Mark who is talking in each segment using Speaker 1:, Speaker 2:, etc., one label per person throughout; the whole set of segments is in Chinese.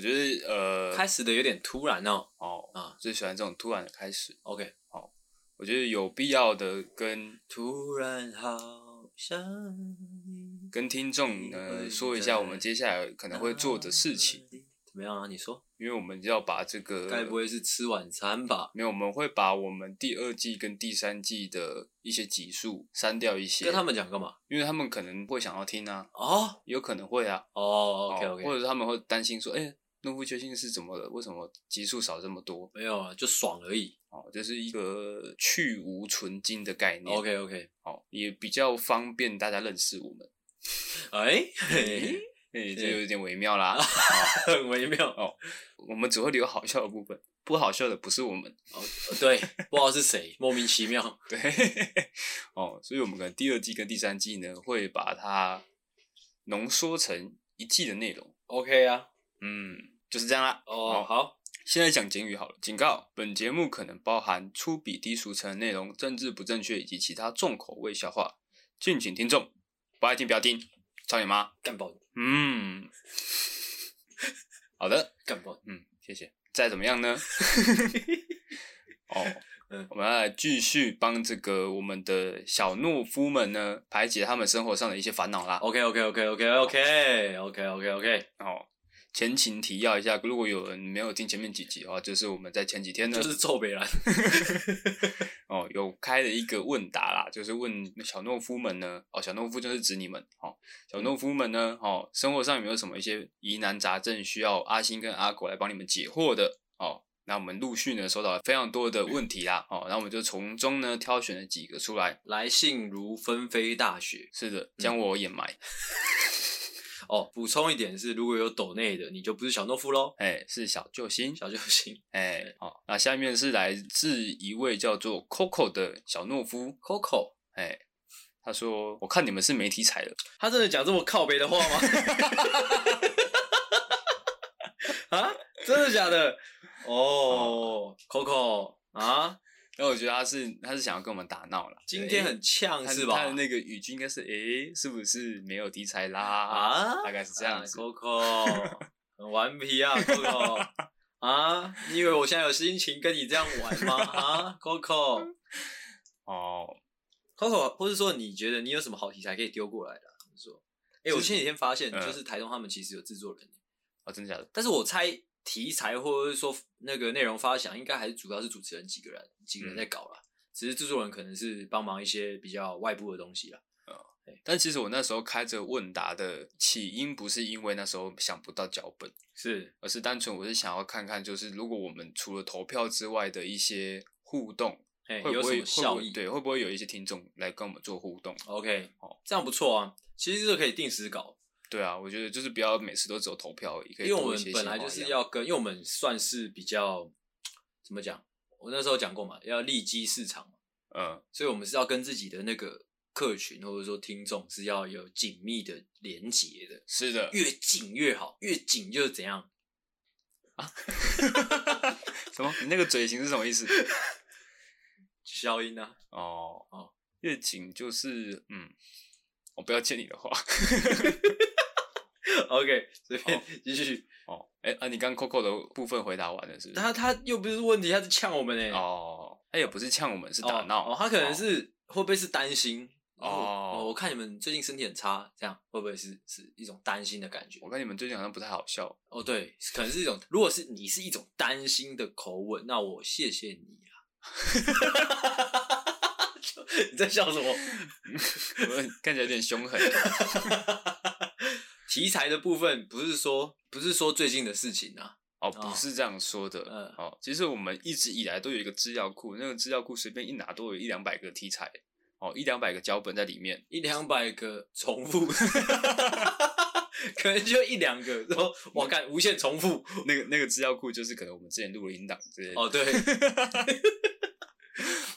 Speaker 1: 觉得呃，
Speaker 2: 开始的有点突然哦。
Speaker 1: 哦
Speaker 2: 啊
Speaker 1: 最喜欢这种突然的开始。
Speaker 2: OK，
Speaker 1: 我觉得有必要的跟
Speaker 2: 突然好想你，
Speaker 1: 跟听众
Speaker 2: 嗯
Speaker 1: 呢说一下，我们接下来可
Speaker 2: 可
Speaker 1: 能会做的事情，。
Speaker 2: 怎么样啊？你说，
Speaker 1: 因为我们要把这个
Speaker 2: 该不会是吃晚餐吧？
Speaker 1: 没有，我们会把我们第二季跟第三季的一些集数删掉一些，
Speaker 2: 跟他们讲干嘛？
Speaker 1: 因为他们可能会想要听啊，
Speaker 2: 哦
Speaker 1: 有可能会啊。
Speaker 2: 哦，OK
Speaker 1: 哦
Speaker 2: OK，
Speaker 1: 或者他们会担心说，哎、诺夫救星是怎么了？为什么集数少这么多？
Speaker 2: 没有啊，就爽而已。
Speaker 1: 哦，这是一个去无存精的概念。
Speaker 2: OK OK，
Speaker 1: 哦，也比较方便大家认识我们。
Speaker 2: 哎，
Speaker 1: 嘿
Speaker 2: 嘿
Speaker 1: 嘿，这
Speaker 2: 对
Speaker 1: 有点微妙啦。
Speaker 2: 很微妙
Speaker 1: 哦我们只会留好笑的部分，不好笑的不是我们。
Speaker 2: 哦。对，不知道是谁，莫名其妙。
Speaker 1: 对， 哦，所以我们可能第二季跟第三季呢，会把它浓缩成一季的内容。
Speaker 2: OK 啊，
Speaker 1: 嗯，就是这样啦。
Speaker 2: 哦，
Speaker 1: 好
Speaker 2: 好，
Speaker 1: 现在讲警语好了，警告：本节目可能包含粗鄙低俗成人内容、政治不正确以及其他重口味笑话，敬请听众不爱听不要听，操你妈！
Speaker 2: 干爆你，
Speaker 1: 嗯， 好的，
Speaker 2: 干爆你。
Speaker 1: 嗯，谢谢。再怎么样呢？哦，
Speaker 2: 嗯
Speaker 1: 我们要来继续帮这个我们的小懦夫们呢排解他们生活上的一些烦恼啦。
Speaker 2: OK OK OK OK OK OK OK OK，
Speaker 1: 哦，前情提要一下，如果有人没有听前面几集的话，就是我们在前几天呢，
Speaker 2: 就是臭北兰。
Speaker 1: 哦，有开了一个问答啦，就是问小懦夫们呢，哦，小懦夫就是指你们，哦，小
Speaker 2: 嗯
Speaker 1: 懦夫们呢，哦，生活上有没有什么一些疑难杂症需要阿星跟阿狗来帮你们解惑的？哦，那我们陆续呢收到了非常多的问题啦，哦，那我们就从中呢挑选了几个出来。
Speaker 2: 来信如纷飞大雪
Speaker 1: 是的，
Speaker 2: 嗯
Speaker 1: 将我掩埋。
Speaker 2: 哦。补充一点是，如果有抖内的，你就不是小懦夫喽，
Speaker 1: 哎、是小救星，
Speaker 2: 小救星
Speaker 1: 哎、好、那下面是来自一位叫做 Coco 的小懦夫，
Speaker 2: Coco。
Speaker 1: 哎、他说：“我看你们是没题材了，
Speaker 2: 他真的讲这么靠北的 话吗？啊，真的假的？哦，Coco 啊，
Speaker 1: 然后我觉得他是他是想要跟我们打闹了。
Speaker 2: 今天
Speaker 1: 哎
Speaker 2: 很呛
Speaker 1: 他
Speaker 2: 是吧？
Speaker 1: 他的那个语句应该是：诶、是不是没有题材啦？
Speaker 2: 啊，
Speaker 1: 大概是这样子。
Speaker 2: 啊 Coco 很顽皮啊，Coco 啊，你以为我现在有心情跟你这样玩吗？啊，Coco。
Speaker 1: 哦，
Speaker 2: Coco，或是说你觉得你有什么好题材可以丢过来的啊、就是说，哎、
Speaker 1: 是
Speaker 2: 我前几天发现，
Speaker 1: 嗯
Speaker 2: 就是台东他们其实有制作人，
Speaker 1: 哦，真的假的？
Speaker 2: 但是我猜题材或者是说那个内容发想，应该还是主要是主持人几个人几
Speaker 1: 嗯
Speaker 2: 个人在搞啦，只是制作人可能是帮忙一些比较外部的东西啦。
Speaker 1: 但其实我那时候开着问答的起因，不是因为那时候想不到脚本，
Speaker 2: 是，
Speaker 1: 而是单纯我是想要看看，就是如果我们除了投票之外的一些互动，
Speaker 2: 哎、
Speaker 1: 会
Speaker 2: 有
Speaker 1: 不
Speaker 2: 什
Speaker 1: 会
Speaker 2: 么
Speaker 1: 会
Speaker 2: 效
Speaker 1: 不
Speaker 2: 益
Speaker 1: 会对，会不会有一些听众来跟我们做互动？
Speaker 2: ？OK，
Speaker 1: 哦
Speaker 2: 这样不错啊，其实就可以定时搞，
Speaker 1: 对啊，我觉得就是不要每次都只有投票而已，可以
Speaker 2: 因为我
Speaker 1: 多一
Speaker 2: 们
Speaker 1: 些
Speaker 2: 本
Speaker 1: 新
Speaker 2: 来
Speaker 1: 花
Speaker 2: 就是
Speaker 1: 样
Speaker 2: 要跟，因为我们算是比较怎么讲，我那时候讲过嘛，要利基市场嘛，
Speaker 1: 嗯
Speaker 2: 所以我们是要跟自己的那个客群或者说听众是要有紧密的连接的，
Speaker 1: 是的，
Speaker 2: 越紧越好，越紧就是怎样？
Speaker 1: 什么？你那个嘴型是什么意思？
Speaker 2: 消音啊，
Speaker 1: 哦
Speaker 2: 哦，
Speaker 1: 越紧就是嗯，我不要接你的话
Speaker 2: OK，随
Speaker 1: 哦
Speaker 2: 便继续。
Speaker 1: 哦。哎、啊，你刚 Coco 的部分回答完了是不是？
Speaker 2: 他他又不是问题，他是呛我们呢、
Speaker 1: 哦，他也不是呛我们，是打
Speaker 2: 哦
Speaker 1: 闹
Speaker 2: 哦他可能
Speaker 1: 哦
Speaker 2: 是、会不会是担心？
Speaker 1: 哦
Speaker 2: 哦，我看你们最近身体很差，这样会不会是是一种担心的感觉
Speaker 1: 我？看你们最近好像不太好笑
Speaker 2: 哦，对，可能是一种，如果是你是一种担心的口吻，那我谢谢你啊。 你在笑什么？
Speaker 1: 看起来有点凶狠。
Speaker 2: 题材的部分不是说不是说最近的事情啊，
Speaker 1: 哦，不是这样说的。
Speaker 2: 嗯
Speaker 1: 哦，其实我们一直以来都有一个资料库，那个资料库随便一拿都有一两百个题材，哦，一两百个脚本在里面。
Speaker 2: 一两百个重复， 可能就一两个，然 后我看无限重复。
Speaker 1: 那个那个资料库就是可能我们之前录了音档之类的。
Speaker 2: 哦，对，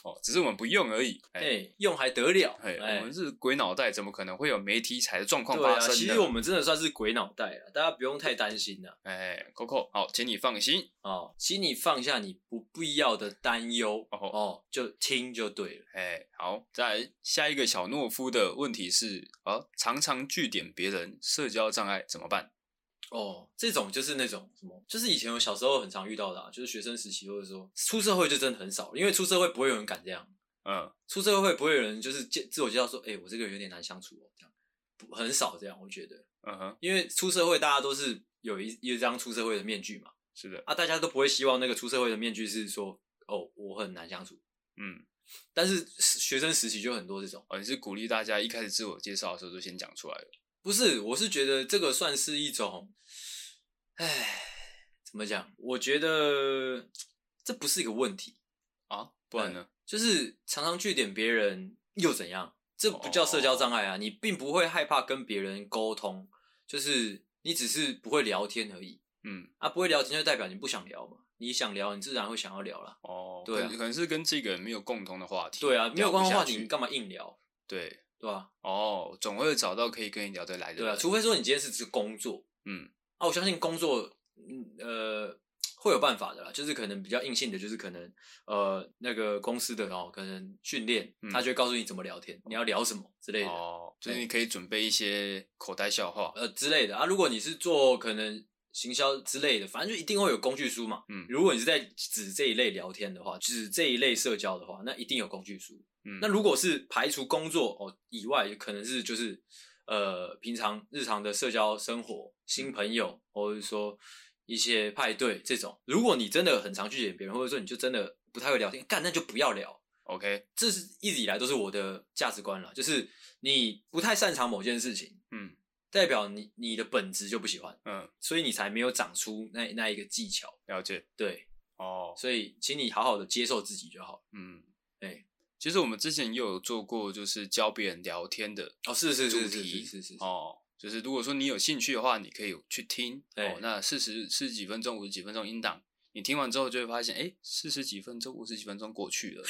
Speaker 1: 哦，只是我们不用而已。哎、
Speaker 2: 哎，用还得了？
Speaker 1: 嘿，
Speaker 2: 哎
Speaker 1: 我们是鬼脑袋，怎么可能会有没题材的状况
Speaker 2: 对
Speaker 1: 发
Speaker 2: 啊，
Speaker 1: 生呢？
Speaker 2: 其实我们真的算是鬼脑袋了，大家不用太担心了。
Speaker 1: 哎，Coco，好，请你放心。
Speaker 2: 哦，请你放下你不必要的担忧
Speaker 1: 哦
Speaker 2: 哦，就听就对了。
Speaker 1: 哎，好，再来下一个小懦夫的问题是：啊，常常据点别人，社交障碍怎么办？
Speaker 2: 哦，这种就是那种什么，就是以前我小时候很常遇到的、啊，就是学生时期或者说出社会就真的很少，因为出社会不会有人敢这样，
Speaker 1: 嗯，
Speaker 2: 出社会不会有人就是介自我介绍说，哎、我这个人有点难相处哦，这样不很少这样，我觉得，
Speaker 1: 嗯哼，
Speaker 2: 因为出社会大家都是有一一张出社会的面具嘛，
Speaker 1: 是的，
Speaker 2: 啊，大家都不会希望那个出社会的面具是说，哦，我很难相处，
Speaker 1: 嗯，
Speaker 2: 但是学生时期就很多这种。
Speaker 1: 哦，你是鼓励大家一开始自我介绍的时候就先讲出来了，
Speaker 2: 不是，我是觉得这个算是一种，唉，怎么讲？我觉得这不是一个问题，
Speaker 1: 啊，不然呢？
Speaker 2: 就是常常据点别人又怎样？这不叫社交障碍啊！你并不会害怕跟别人沟通，就是你只是不会聊天而已。
Speaker 1: 嗯，
Speaker 2: 啊，不会聊天就代表你不想聊嘛？你想聊，你自然会想要聊啦。
Speaker 1: 哦，
Speaker 2: 对啊
Speaker 1: 可能可能是跟这个人没有共同的话题，
Speaker 2: 对啊，没有
Speaker 1: 聊
Speaker 2: 关
Speaker 1: 不
Speaker 2: 系
Speaker 1: 下
Speaker 2: 话题，
Speaker 1: 去
Speaker 2: 你干嘛硬聊？
Speaker 1: 对，
Speaker 2: 对吧、
Speaker 1: 哦，总会找到可以跟你聊得来的人，
Speaker 2: 对啊，除非说你今天是只是工作，
Speaker 1: 嗯
Speaker 2: 啊，我相信工作，嗯呃，会有办法的啦。就是可能比较硬性的，就是可能呃那个公司的哦，可能训练，
Speaker 1: 嗯
Speaker 2: 他就会告诉你怎么聊天，你要聊什么之类的，
Speaker 1: 哦，就是
Speaker 2: 对
Speaker 1: 你可以准备一些口袋笑话，
Speaker 2: 呃之类的啊。如果你是做可能行销之类的，反正就一定会有工具书嘛。
Speaker 1: 嗯
Speaker 2: 如果你是在指这一类聊天的话，指这一类社交的话，那一定有工具书。
Speaker 1: 嗯，
Speaker 2: 那如果是排除工作哦以外，可能是就是呃平常日常的社交生活、新朋友，或者说一些派对这种。如果你真的很常去见别人，或者说你就真的不太会聊天，干那就不要聊。
Speaker 1: OK，
Speaker 2: 这是一直以来都是我的价值观了，就是你不太擅长某件事情，
Speaker 1: 嗯
Speaker 2: 代表你你的本质就不喜欢，
Speaker 1: 嗯，
Speaker 2: 所以你才没有长出那那一个技巧。
Speaker 1: 了解，
Speaker 2: 对，
Speaker 1: 哦，
Speaker 2: 所以请你好好的接受自己就好了。
Speaker 1: 嗯，
Speaker 2: 哎
Speaker 1: 其实我们之前也有做过，就是教别人聊天的
Speaker 2: 哦，是是
Speaker 1: 主
Speaker 2: 是是
Speaker 1: 题
Speaker 2: 是是是，
Speaker 1: 哦。就是如果说你有兴趣的话，你可以去听
Speaker 2: 对
Speaker 1: 哦。那四十四十几分钟、五十几分钟音档，你听完之后就会发现，哎，四十几分钟、五十几分钟过去了。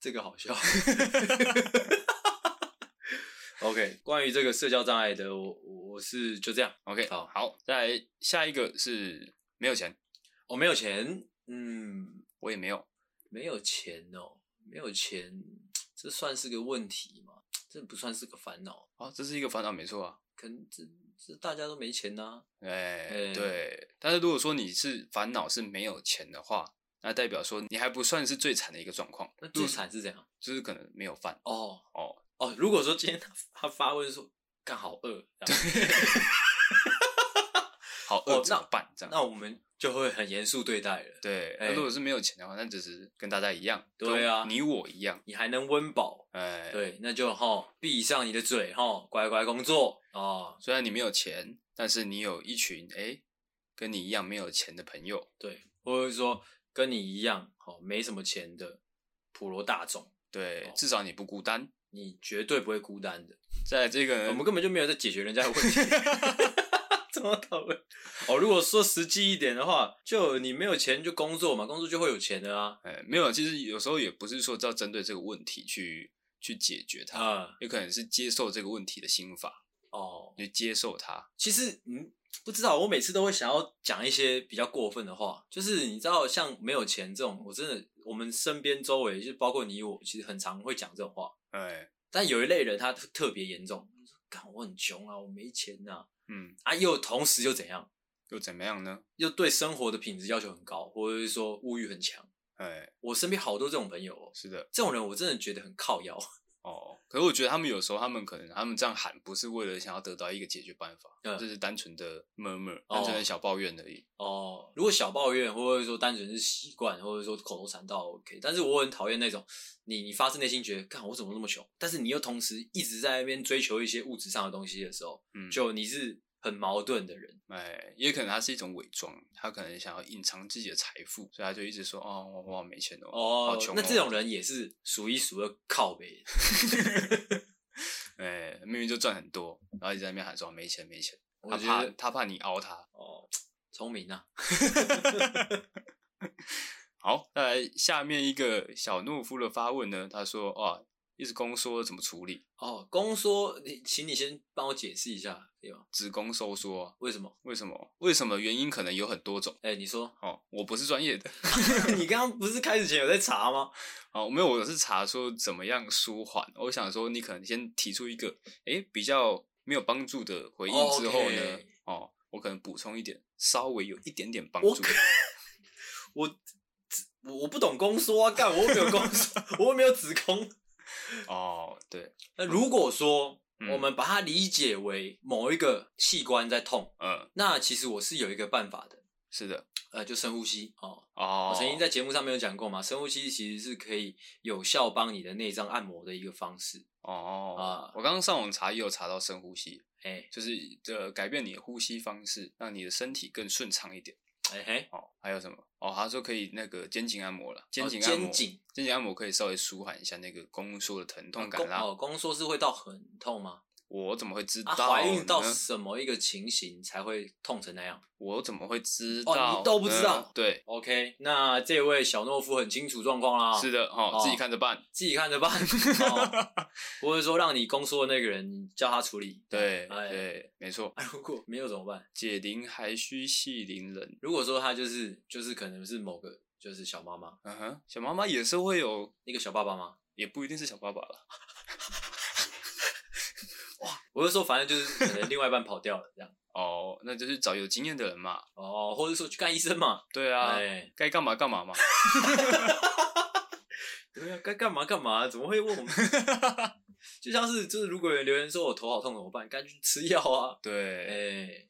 Speaker 2: 这个 好笑。OK，关于这个社交障碍的，我我我是就这样。
Speaker 1: OK，
Speaker 2: 好
Speaker 1: 好，再来下一个是没有钱，
Speaker 2: 我、哦没有钱，嗯，
Speaker 1: 我也没有。
Speaker 2: 没有钱哦，没有钱，这算是个问题吗？这不算是个烦恼，
Speaker 1: 哦，这是一个烦恼，没错啊。
Speaker 2: 可能这这大家都没钱呐、
Speaker 1: 哎，
Speaker 2: 哎
Speaker 1: 对。但是如果说你是烦恼是没有钱的话，那代表说你还不算是最惨的一个状况，
Speaker 2: 那最惨是怎样？
Speaker 1: 就是可能没有饭
Speaker 2: 哦
Speaker 1: 哦。
Speaker 2: 哦，如果说今天他他发问说干好饿，这样
Speaker 1: 好
Speaker 2: 哦
Speaker 1: 饿怎么办？这样，
Speaker 2: 那我们就会很严肃对待了。
Speaker 1: 对，
Speaker 2: 哎
Speaker 1: 那如果是没有钱的话，那只是跟大家一样，
Speaker 2: 对啊
Speaker 1: 跟你我一样，
Speaker 2: 你还能温饱，
Speaker 1: 哎，，
Speaker 2: 对，那就哈闭上你的嘴哈，乖乖工作哦，
Speaker 1: 虽然你没有钱，但是你有一群哎跟你一样没有钱的朋友，
Speaker 2: 对，或者是说跟你一样哦，没什么钱的普罗大众，
Speaker 1: 对
Speaker 2: 哦，
Speaker 1: 至少你不孤单。
Speaker 2: 你绝对不会孤单的。
Speaker 1: 在这个
Speaker 2: 我们根本就没有在解决人家的问题，怎么讨论？哦，如果说实际一点的话，就你没有钱就工作嘛，工作就会有钱的啊。
Speaker 1: 哎没有，其实有时候也不是说要针对这个问题去去解决它，
Speaker 2: 啊、
Speaker 1: 有可能是接受这个问题的心法，
Speaker 2: 哦，
Speaker 1: 去接受它。
Speaker 2: 其实嗯，不知道，我每次都会想要讲一些比较过分的话，就是你知道，像没有钱这种，我真的，我们身边周围，就包括你我，其实很常会讲这种话。
Speaker 1: 哎，
Speaker 2: 但有一类人他特特别严重，就说干我很穷啊，我没钱呐、啊，
Speaker 1: 嗯，
Speaker 2: 又同时又怎样，
Speaker 1: 又怎么样呢？
Speaker 2: 又对生活的品质要求很高，或者是说物欲很强。
Speaker 1: 哎，
Speaker 2: 我身边好多这种朋友、哦，
Speaker 1: 是的，
Speaker 2: 这种人我真的觉得很靠腰。
Speaker 1: 哦，可是我觉得他们有时候，他们可能他们这样喊，不是为了想要得到一个解决办法，
Speaker 2: 嗯
Speaker 1: 这是单纯的 murmur，
Speaker 2: 哦
Speaker 1: 单纯的小抱怨而已。
Speaker 2: 哦，如果小抱怨，或者说单纯是习惯，或者说口头禅到 OK，但是我很讨厌那种你你发自内心觉得，干我怎么那么穷，但是你又同时一直在那边追求一些物质上的东西的时候，
Speaker 1: 嗯，
Speaker 2: 就你是很矛盾的人。
Speaker 1: 哎，也可能他是一种伪装，他可能想要隐藏自己的财富，所以他就一直说哦，我我没钱哦，好
Speaker 2: 哦
Speaker 1: 穷、，
Speaker 2: 那这种，人也是数一数二靠北。
Speaker 1: 哎，明明就赚很多，然后一直在那边喊说没钱没钱，
Speaker 2: 我
Speaker 1: 他
Speaker 2: 觉
Speaker 1: 怕
Speaker 2: 得
Speaker 1: 他怕你熬他。
Speaker 2: 哦，聪明啊，
Speaker 1: 好，再来下面一个小懦夫的发问呢，他说哦，一直宫缩怎么处理？
Speaker 2: 哦，宫缩，你请你先帮我解释一下，对吗？
Speaker 1: 子宫收缩啊、
Speaker 2: 为什么？
Speaker 1: 为什么？为什么？原因可能有很多种。
Speaker 2: 哎、你说，
Speaker 1: 哦，我不是专业的，
Speaker 2: 你刚刚不是开始前有在查吗？
Speaker 1: 哦，没有，我是查说怎么样舒缓。我想说，你可能先提出一个，诶，比较没有帮助的回应之后呢
Speaker 2: OK
Speaker 1: 哦，我可能补充一点，稍微有一点点帮
Speaker 2: 我
Speaker 1: 助。
Speaker 2: 我我我不懂宫缩啊，干，我又没有宫 缩，我又没有子宫。
Speaker 1: 哦，对，
Speaker 2: 那如果说、
Speaker 1: 嗯
Speaker 2: 我们把它理解为某一个器官在痛，
Speaker 1: 嗯，
Speaker 2: 那其实我是有一个办法的，
Speaker 1: 是的，
Speaker 2: 呃，就深呼吸哦。
Speaker 1: 哦，
Speaker 2: 我曾经在节目上面有讲过嘛，深呼吸其实是可以有效帮你的内脏按摩的一个方式。
Speaker 1: 哦
Speaker 2: 啊，
Speaker 1: 我刚刚上网查也有查到深呼吸，
Speaker 2: 哎、
Speaker 1: 就是呃改变你的呼吸方式，让你的身体更顺畅一点。
Speaker 2: 哎、嘿，
Speaker 1: 哦，还有什么？哦，他说可以那个肩颈按摩了，肩
Speaker 2: 哦
Speaker 1: 颈按摩，
Speaker 2: 肩颈
Speaker 1: 肩颈按摩可以稍微舒缓一下那个宫缩的疼痛感
Speaker 2: 宫
Speaker 1: 啦。
Speaker 2: 哦宫缩是会到很痛吗？
Speaker 1: 我怎么会知道
Speaker 2: 啊，
Speaker 1: 呢？
Speaker 2: 怀孕到什么一个情形才会痛成那样
Speaker 1: 我怎么会知道
Speaker 2: 哦
Speaker 1: 呢？
Speaker 2: 你都不知道
Speaker 1: 对，
Speaker 2: ？OK，那这位小懦夫很清楚状况啦，
Speaker 1: 是的，哦，
Speaker 2: 哦
Speaker 1: 自己看着办。
Speaker 2: 自己看着办。哦、 或者说让你宫缩的那个人，你叫他处理。
Speaker 1: 对
Speaker 2: 哎、
Speaker 1: 对，没错。
Speaker 2: 啊，如果没有怎么办？
Speaker 1: 解铃还须系铃人。
Speaker 2: 如果说他就是就是可能是某个就是小妈妈，
Speaker 1: 嗯哼，小妈妈也是会有，
Speaker 2: 那个小爸爸吗？
Speaker 1: 也不一定是小爸爸了。
Speaker 2: 我就说反正就是可能另外一半跑掉了 这样。
Speaker 1: 哦，那就是找有经验的人嘛。
Speaker 2: 哦，或者说去看医生嘛。
Speaker 1: 对啊，
Speaker 2: 哎，
Speaker 1: 该干嘛干 嘛嘛。
Speaker 2: 对啊，该干嘛干嘛，怎么 会问我们？就像是就是如果有人留言说我头好痛怎么办？该去吃药啊。哎、
Speaker 1: 对，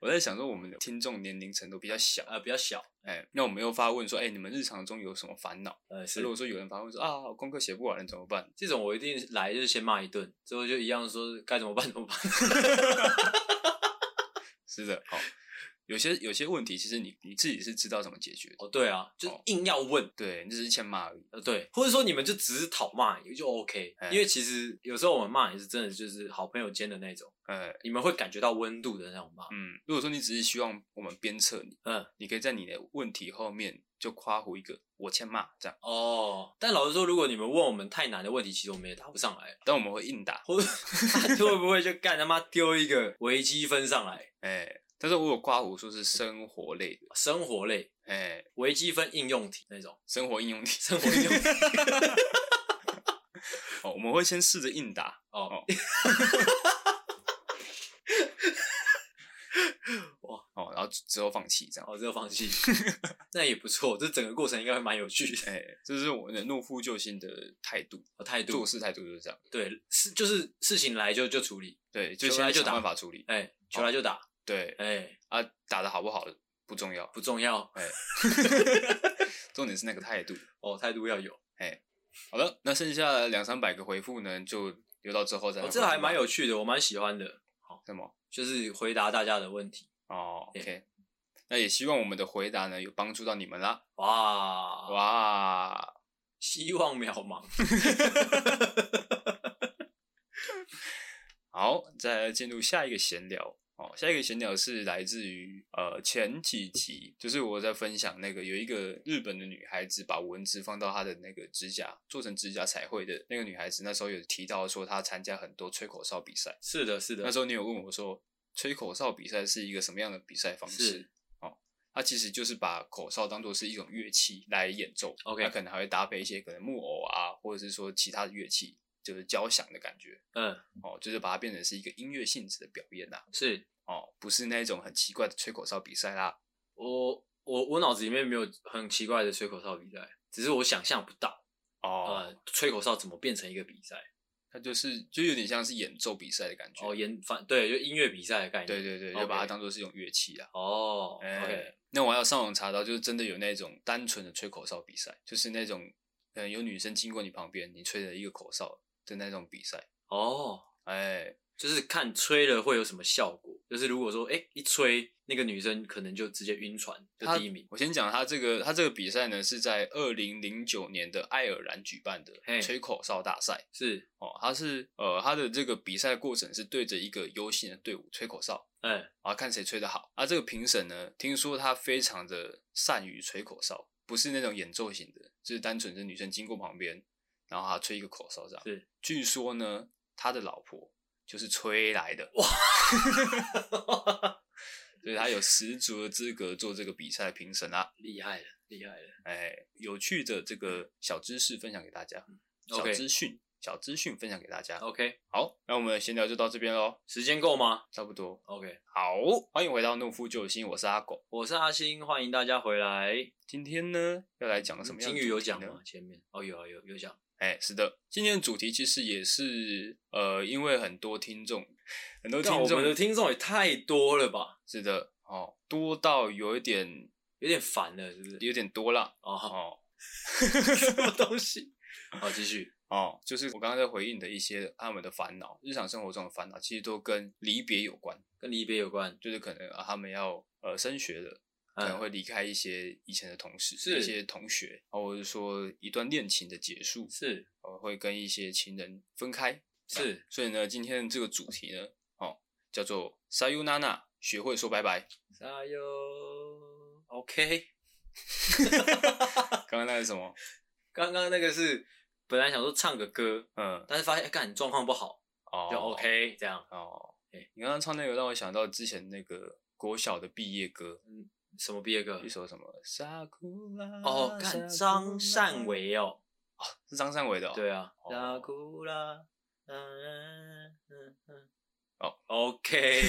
Speaker 1: 我在想说，我们的听众年龄层都比较小，
Speaker 2: 啊，比较小，
Speaker 1: 哎，那我们又发问说，哎，你们日常中有什么烦恼？
Speaker 2: 呃，是
Speaker 1: 如果说有人发问说啊，功课写不完了怎么办？
Speaker 2: 这种我一定来就是先骂一顿，之后就一样说该怎么办怎么办。
Speaker 1: 是的，好，有些有些问题，其实你你自己是知道怎么解决的，
Speaker 2: 哦，对啊，就
Speaker 1: 哦
Speaker 2: 硬要问，
Speaker 1: 对，你只是欠骂而已。
Speaker 2: 呃，对，或者说你们就只是讨骂也就 OK，、
Speaker 1: 哎
Speaker 2: 因为其实有时候我们骂也是真的就是好朋友间的那种，
Speaker 1: 哎，
Speaker 2: 你们会感觉到温度的那种骂。
Speaker 1: 嗯，如果说你只是希望我们鞭策你，
Speaker 2: 嗯，
Speaker 1: 你可以在你的问题后面就夸胡一个“我欠骂”这样，
Speaker 2: 哦，但老实说，如果你们问我们太难的问题，其实我们也答不上来，
Speaker 1: 但我们会硬打。
Speaker 2: 或者 会不会就干他妈丢一个微积分上来，
Speaker 1: 哎，但是我有夸胡说是生活类的，
Speaker 2: 生活类
Speaker 1: 哎，
Speaker 2: 微积分应用题那种，
Speaker 1: 生活应用题。
Speaker 2: 生活 应用题
Speaker 1: 哦， 我们会先试着硬打。
Speaker 2: 哦，
Speaker 1: 哦，然后之后放弃这样。
Speaker 2: 哦，这个放弃， 那也不错，这整个过程应该会蛮有趣的。
Speaker 1: 哎，这是我的怒夫救星的态度，
Speaker 2: 哦态
Speaker 1: 做
Speaker 2: 度
Speaker 1: 事态度就是这样。
Speaker 2: 对，事就是事情来就就处理，
Speaker 1: 对，就
Speaker 2: 球来
Speaker 1: 先
Speaker 2: 就
Speaker 1: 想
Speaker 2: 打
Speaker 1: 办法处理。
Speaker 2: 哎、球来就打，
Speaker 1: 对
Speaker 2: 哎、
Speaker 1: 啊，打的好不好不重要，
Speaker 2: 不重要，
Speaker 1: 重点是那个态度。
Speaker 2: 哦，态度要有。
Speaker 1: 好了，那剩下两三百个回复呢，就留到之后再来
Speaker 2: 哦，
Speaker 1: 回复
Speaker 2: 这
Speaker 1: 吧。
Speaker 2: 还蛮有趣的，我蛮喜欢的，
Speaker 1: 什么？
Speaker 2: 就是回答大家的问题。
Speaker 1: 哦
Speaker 2: 对
Speaker 1: ，OK，那也希望我们的回答呢有帮助到你们啦。
Speaker 2: 哇，
Speaker 1: 哇，
Speaker 2: 希望渺茫。
Speaker 1: 好，再来进入下一个闲聊。哦，下一个闲聊是来自于呃前几集，就是我在分享那个有一个日本的女孩子把蚊子放到她的那个指甲做成指甲彩绘的那个女孩子，那时候有提到说她参加很多吹口哨比赛。
Speaker 2: 是的，是
Speaker 1: 那
Speaker 2: 的，
Speaker 1: 时候你有问我说，吹口哨比赛是一个什么样的比赛方式
Speaker 2: 是？
Speaker 1: 它其实就是把口哨当做是一种乐器来演奏。
Speaker 2: OK
Speaker 1: 它可能还会搭配一些可能木偶啊，或者是说其他的乐器，就是交响的感觉。
Speaker 2: 嗯，
Speaker 1: 哦，就是把它变成是一个音乐性质的表演啦、
Speaker 2: 是
Speaker 1: 哦，不是那种很奇怪的吹口哨比赛啦。
Speaker 2: 我我我脑子里面没有很奇怪的吹口哨比赛，只是我想象不到，
Speaker 1: 哦，
Speaker 2: 呃，吹口哨怎么变成一个比赛？
Speaker 1: 它就是就有点像是演奏比赛的感觉。
Speaker 2: 哦，演反对，就音乐比赛的概念。
Speaker 1: 对对对，就
Speaker 2: OK
Speaker 1: 把它当做是一种乐器啦。
Speaker 2: 哦
Speaker 1: 哎
Speaker 2: ，OK，
Speaker 1: 那我还有上网查到，就是真的有那种单纯的吹口哨比赛，就是那种可能有女生经过你旁边，你吹了一个口哨的那种比赛。
Speaker 2: 哦，
Speaker 1: 哎，
Speaker 2: 就是看吹了会有什么效果。就是如果说，哎、一吹那个女生可能就直接晕船，就
Speaker 1: 他
Speaker 2: 第一名。
Speaker 1: 我先讲他这个，他这个比赛呢是在二零零九年的爱尔兰举办的
Speaker 2: 嘿
Speaker 1: 吹口哨大赛
Speaker 2: 是，
Speaker 1: 哦。他是呃，他的这个比赛过程是对着一个 U 型的队伍吹口哨，
Speaker 2: 哎、
Speaker 1: 啊，看谁吹得好。啊，这个评审呢，听说他非常的善于吹口哨，不是那种演奏型的，就是单纯是女生经过旁边，然后他吹一个口哨这样。
Speaker 2: 是，
Speaker 1: 据说呢，他的老婆就是吹来的，所以他有十足的资格做这个比赛的评审啊。
Speaker 2: 厉害了，厉害了。
Speaker 1: 哎，有趣的这个小知识分享给大家，小
Speaker 2: OK
Speaker 1: 资讯，小资讯分享给大家。
Speaker 2: OK，
Speaker 1: 好，那我们闲聊就到这边喽，
Speaker 2: 时间够吗
Speaker 1: 差不多。
Speaker 2: ？OK，
Speaker 1: 好，欢迎回到《懦夫救星》，我是阿狗。
Speaker 2: 我是阿星，欢迎大家回来。
Speaker 1: 今天呢，要来讲什么样
Speaker 2: 金
Speaker 1: 的
Speaker 2: 鱼
Speaker 1: 主
Speaker 2: 有
Speaker 1: 题
Speaker 2: 讲
Speaker 1: 呢
Speaker 2: 吗？前面哦，有啊，有有讲。
Speaker 1: 哎，是的，今天的主题其实也是呃，因为很多听众，很多听
Speaker 2: 但我
Speaker 1: 众
Speaker 2: 们的听众也太多了吧，
Speaker 1: 是的哦，多到有一点
Speaker 2: 有点烦了，是不是？
Speaker 1: 有点多啦
Speaker 2: 哦， 好，
Speaker 1: 哦
Speaker 2: 什么东西？好，继续。
Speaker 1: 哦，就是我刚刚在回应的一些他们的烦恼，日常生活中的烦恼，其实都跟离别有关，
Speaker 2: 跟离别有关，
Speaker 1: 就是可能、啊、他们要呃升学了。可能
Speaker 2: 嗯，
Speaker 1: 会离开一些以前的同事，
Speaker 2: 是
Speaker 1: 一些同学，啊或者是说一段恋情的结束，
Speaker 2: 是
Speaker 1: 呃，会跟一些情人分开。
Speaker 2: 是
Speaker 1: 所以呢，今天的这个主题呢，哦，叫做 “Sayonara”，学会说拜拜。
Speaker 2: 加油，OK。
Speaker 1: 刚刚那是什么？
Speaker 2: 刚刚那个是本来想说唱个歌，
Speaker 1: 嗯，
Speaker 2: 但是发现哎干你状况不好，
Speaker 1: 哦
Speaker 2: 就 OK 这样。
Speaker 1: 哦
Speaker 2: 对。
Speaker 1: 你刚刚唱那个让我想到之前那个国小的毕业歌，
Speaker 2: 什么毕业歌
Speaker 1: 一？首什么？Sakura。
Speaker 2: 哦，看张善，伟哦，
Speaker 1: 是张善伟的、哦。。
Speaker 2: 对啊，
Speaker 1: 哦
Speaker 2: 拉古拉，嗯嗯嗯，
Speaker 1: 哦
Speaker 2: ，OK，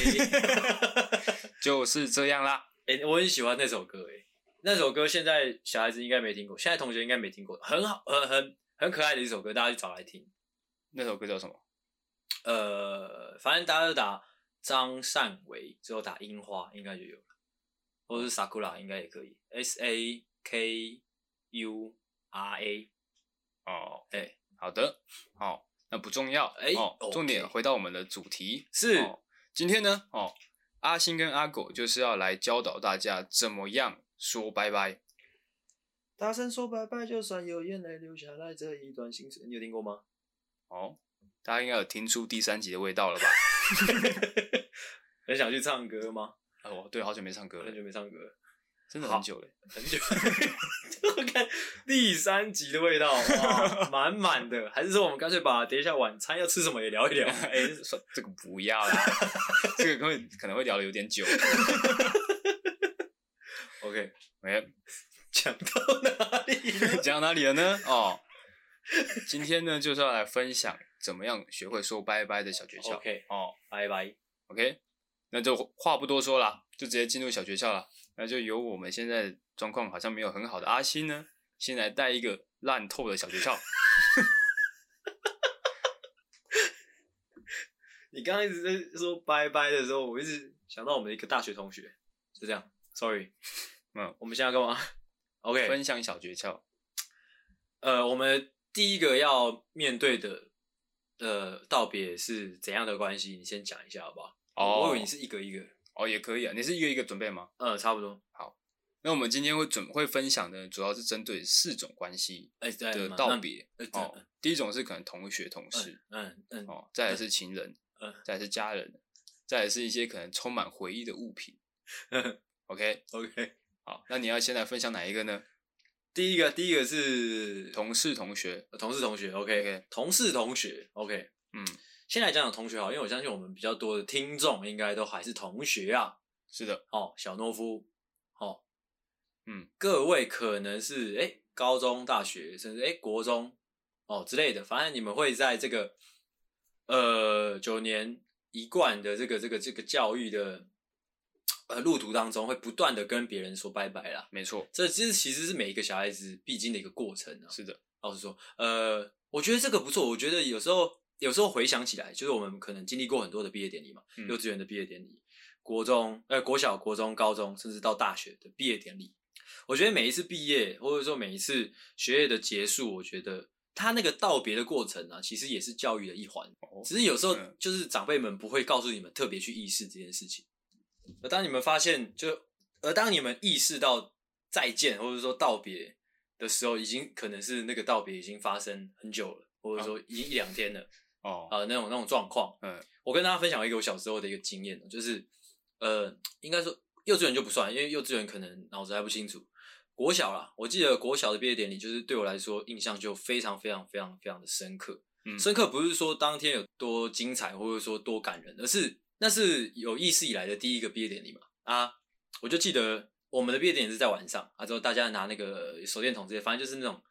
Speaker 1: 就是这样啦。
Speaker 2: 哎，我很喜欢那首歌，哎，那首歌现在小孩子应该没听过，现在同学应该没听过，很好，很很很可爱的一首歌，大家去找来听。
Speaker 1: 那首歌叫什么？
Speaker 2: 呃，反正大家就打张善伟，之后打樱花应该就有了，或者是 sakura 应该也可以，S A K U R A，
Speaker 1: 哦，
Speaker 2: 哎、
Speaker 1: 好的，好、那不重要，
Speaker 2: 哎
Speaker 1: 哦，
Speaker 2: OK
Speaker 1: 重点回到我们的主题，
Speaker 2: 是
Speaker 1: 哦今天呢，哦，阿星跟阿狗就是要来教导大家怎么样说拜拜，
Speaker 2: 大声说拜拜，就算有眼泪流下来，这一段心事，你有听过吗？
Speaker 1: 哦，大家应该有听出第三集的味道了吧？
Speaker 2: 很想去唱歌吗？
Speaker 1: 哦，对，好久没唱歌
Speaker 2: 很
Speaker 1: 了，
Speaker 2: 久没唱歌了，
Speaker 1: 真的很久了，
Speaker 2: 很久。 我看第三集的味道，哇，满满的。还是说我们干脆把等一下晚餐要吃什么也聊一聊？
Speaker 1: 哎、算这个不要 啦，这个会可能会聊的有点久，
Speaker 2: OK，
Speaker 1: 哎、
Speaker 2: 讲到哪 里了？
Speaker 1: 讲到哪里了呢？哦，今天呢就是要来分享怎么样学会说拜拜的小诀窍
Speaker 2: OK
Speaker 1: 哦。
Speaker 2: 拜拜。
Speaker 1: OK，那就话不多说啦，就直接进入小诀窍啦。那就由我们现在状况好像没有很好的阿星呢，先来带一个烂透的小诀窍。
Speaker 2: 你刚刚一直在说拜拜的时候，我一直想到我们的一个大学同学，是这样。Sorry，
Speaker 1: 嗯，
Speaker 2: 我们现在干嘛？OK，
Speaker 1: 分享小诀窍。
Speaker 2: 呃，我们第一个要面对的，呃，道别是怎样的关系？你先讲一下好不好？我
Speaker 1: 哦
Speaker 2: 以为你是一个一个，
Speaker 1: 哦，也可以啊，你是一个一个准备吗？
Speaker 2: 呃，差不多。
Speaker 1: 那我们今天会准会分享的，主要是针对四种关系
Speaker 2: 哎、对
Speaker 1: 的
Speaker 2: 嘛
Speaker 1: 道，别
Speaker 2: 那呃
Speaker 1: 哦。第一种是可能同学同事
Speaker 2: 嗯嗯嗯，
Speaker 1: 哦，再来是情人
Speaker 2: 嗯，
Speaker 1: 再来是家人，再来是一些可能充满回忆的物品。OK，
Speaker 2: 嗯 OK。
Speaker 1: 好，那你要先来分享哪一个呢？
Speaker 2: 第一个，第一个是呃
Speaker 1: 同事同学，
Speaker 2: 同事同学，OK，,
Speaker 1: OK
Speaker 2: 同事同学，OK。
Speaker 1: 嗯，
Speaker 2: 先来讲讲同学好，因为我相信我们比较多的听众应该都还是同学啊。
Speaker 1: 是的，
Speaker 2: 哦，小懦夫，哦，
Speaker 1: 嗯，
Speaker 2: 各位可能是哎、诶高中、大学，甚至哎、诶国中哦之类的，反正你们会在这个呃九年一贯的这个这个这个教育的呃路途当中，会不断的跟别人说拜拜啦。
Speaker 1: 没错，
Speaker 2: 这其实其实是每一个小孩子必经的一个过程啊。
Speaker 1: 是的。
Speaker 2: 老实说，呃，我觉得这个不错。我觉得有时候有时候回想起来，就是我们可能经历过很多的毕业典礼嘛，
Speaker 1: 嗯
Speaker 2: 幼稚园的毕业典礼，国中呃国小、国中、高中，甚至到大学的毕业典礼。我觉得每一次毕业，或者说每一次学业的结束，我觉得他那个道别的过程啊，其实也是教育的一环。
Speaker 1: 哦
Speaker 2: 只是有时候
Speaker 1: 嗯
Speaker 2: 就是长辈们不会告诉你们特别去意识这件事情。而当你们发现，就而当你们意识到再见或者说道别的时候，已经可能是那个道别已经发生很久了，
Speaker 1: 啊
Speaker 2: 或者说已经一两天了
Speaker 1: 哦，
Speaker 2: 啊、那种那种状况。
Speaker 1: 嗯，
Speaker 2: 我跟大家分享一个我小时候的一个经哦验，就是呃，应该说幼稚园就不算，因为幼稚园可能脑子还不清楚。国小啦，我记得国小的毕业典礼，就是对我来说印象就非常非常非常非常的深刻。
Speaker 1: 嗯
Speaker 2: 深刻不是说当天有多精彩，或者说多感人，而是那是有意识以来的第一个毕业典礼嘛。啊，我就记得我们的毕业典礼是在晚上啊，之后大家拿那个手电筒之类，反正就是那种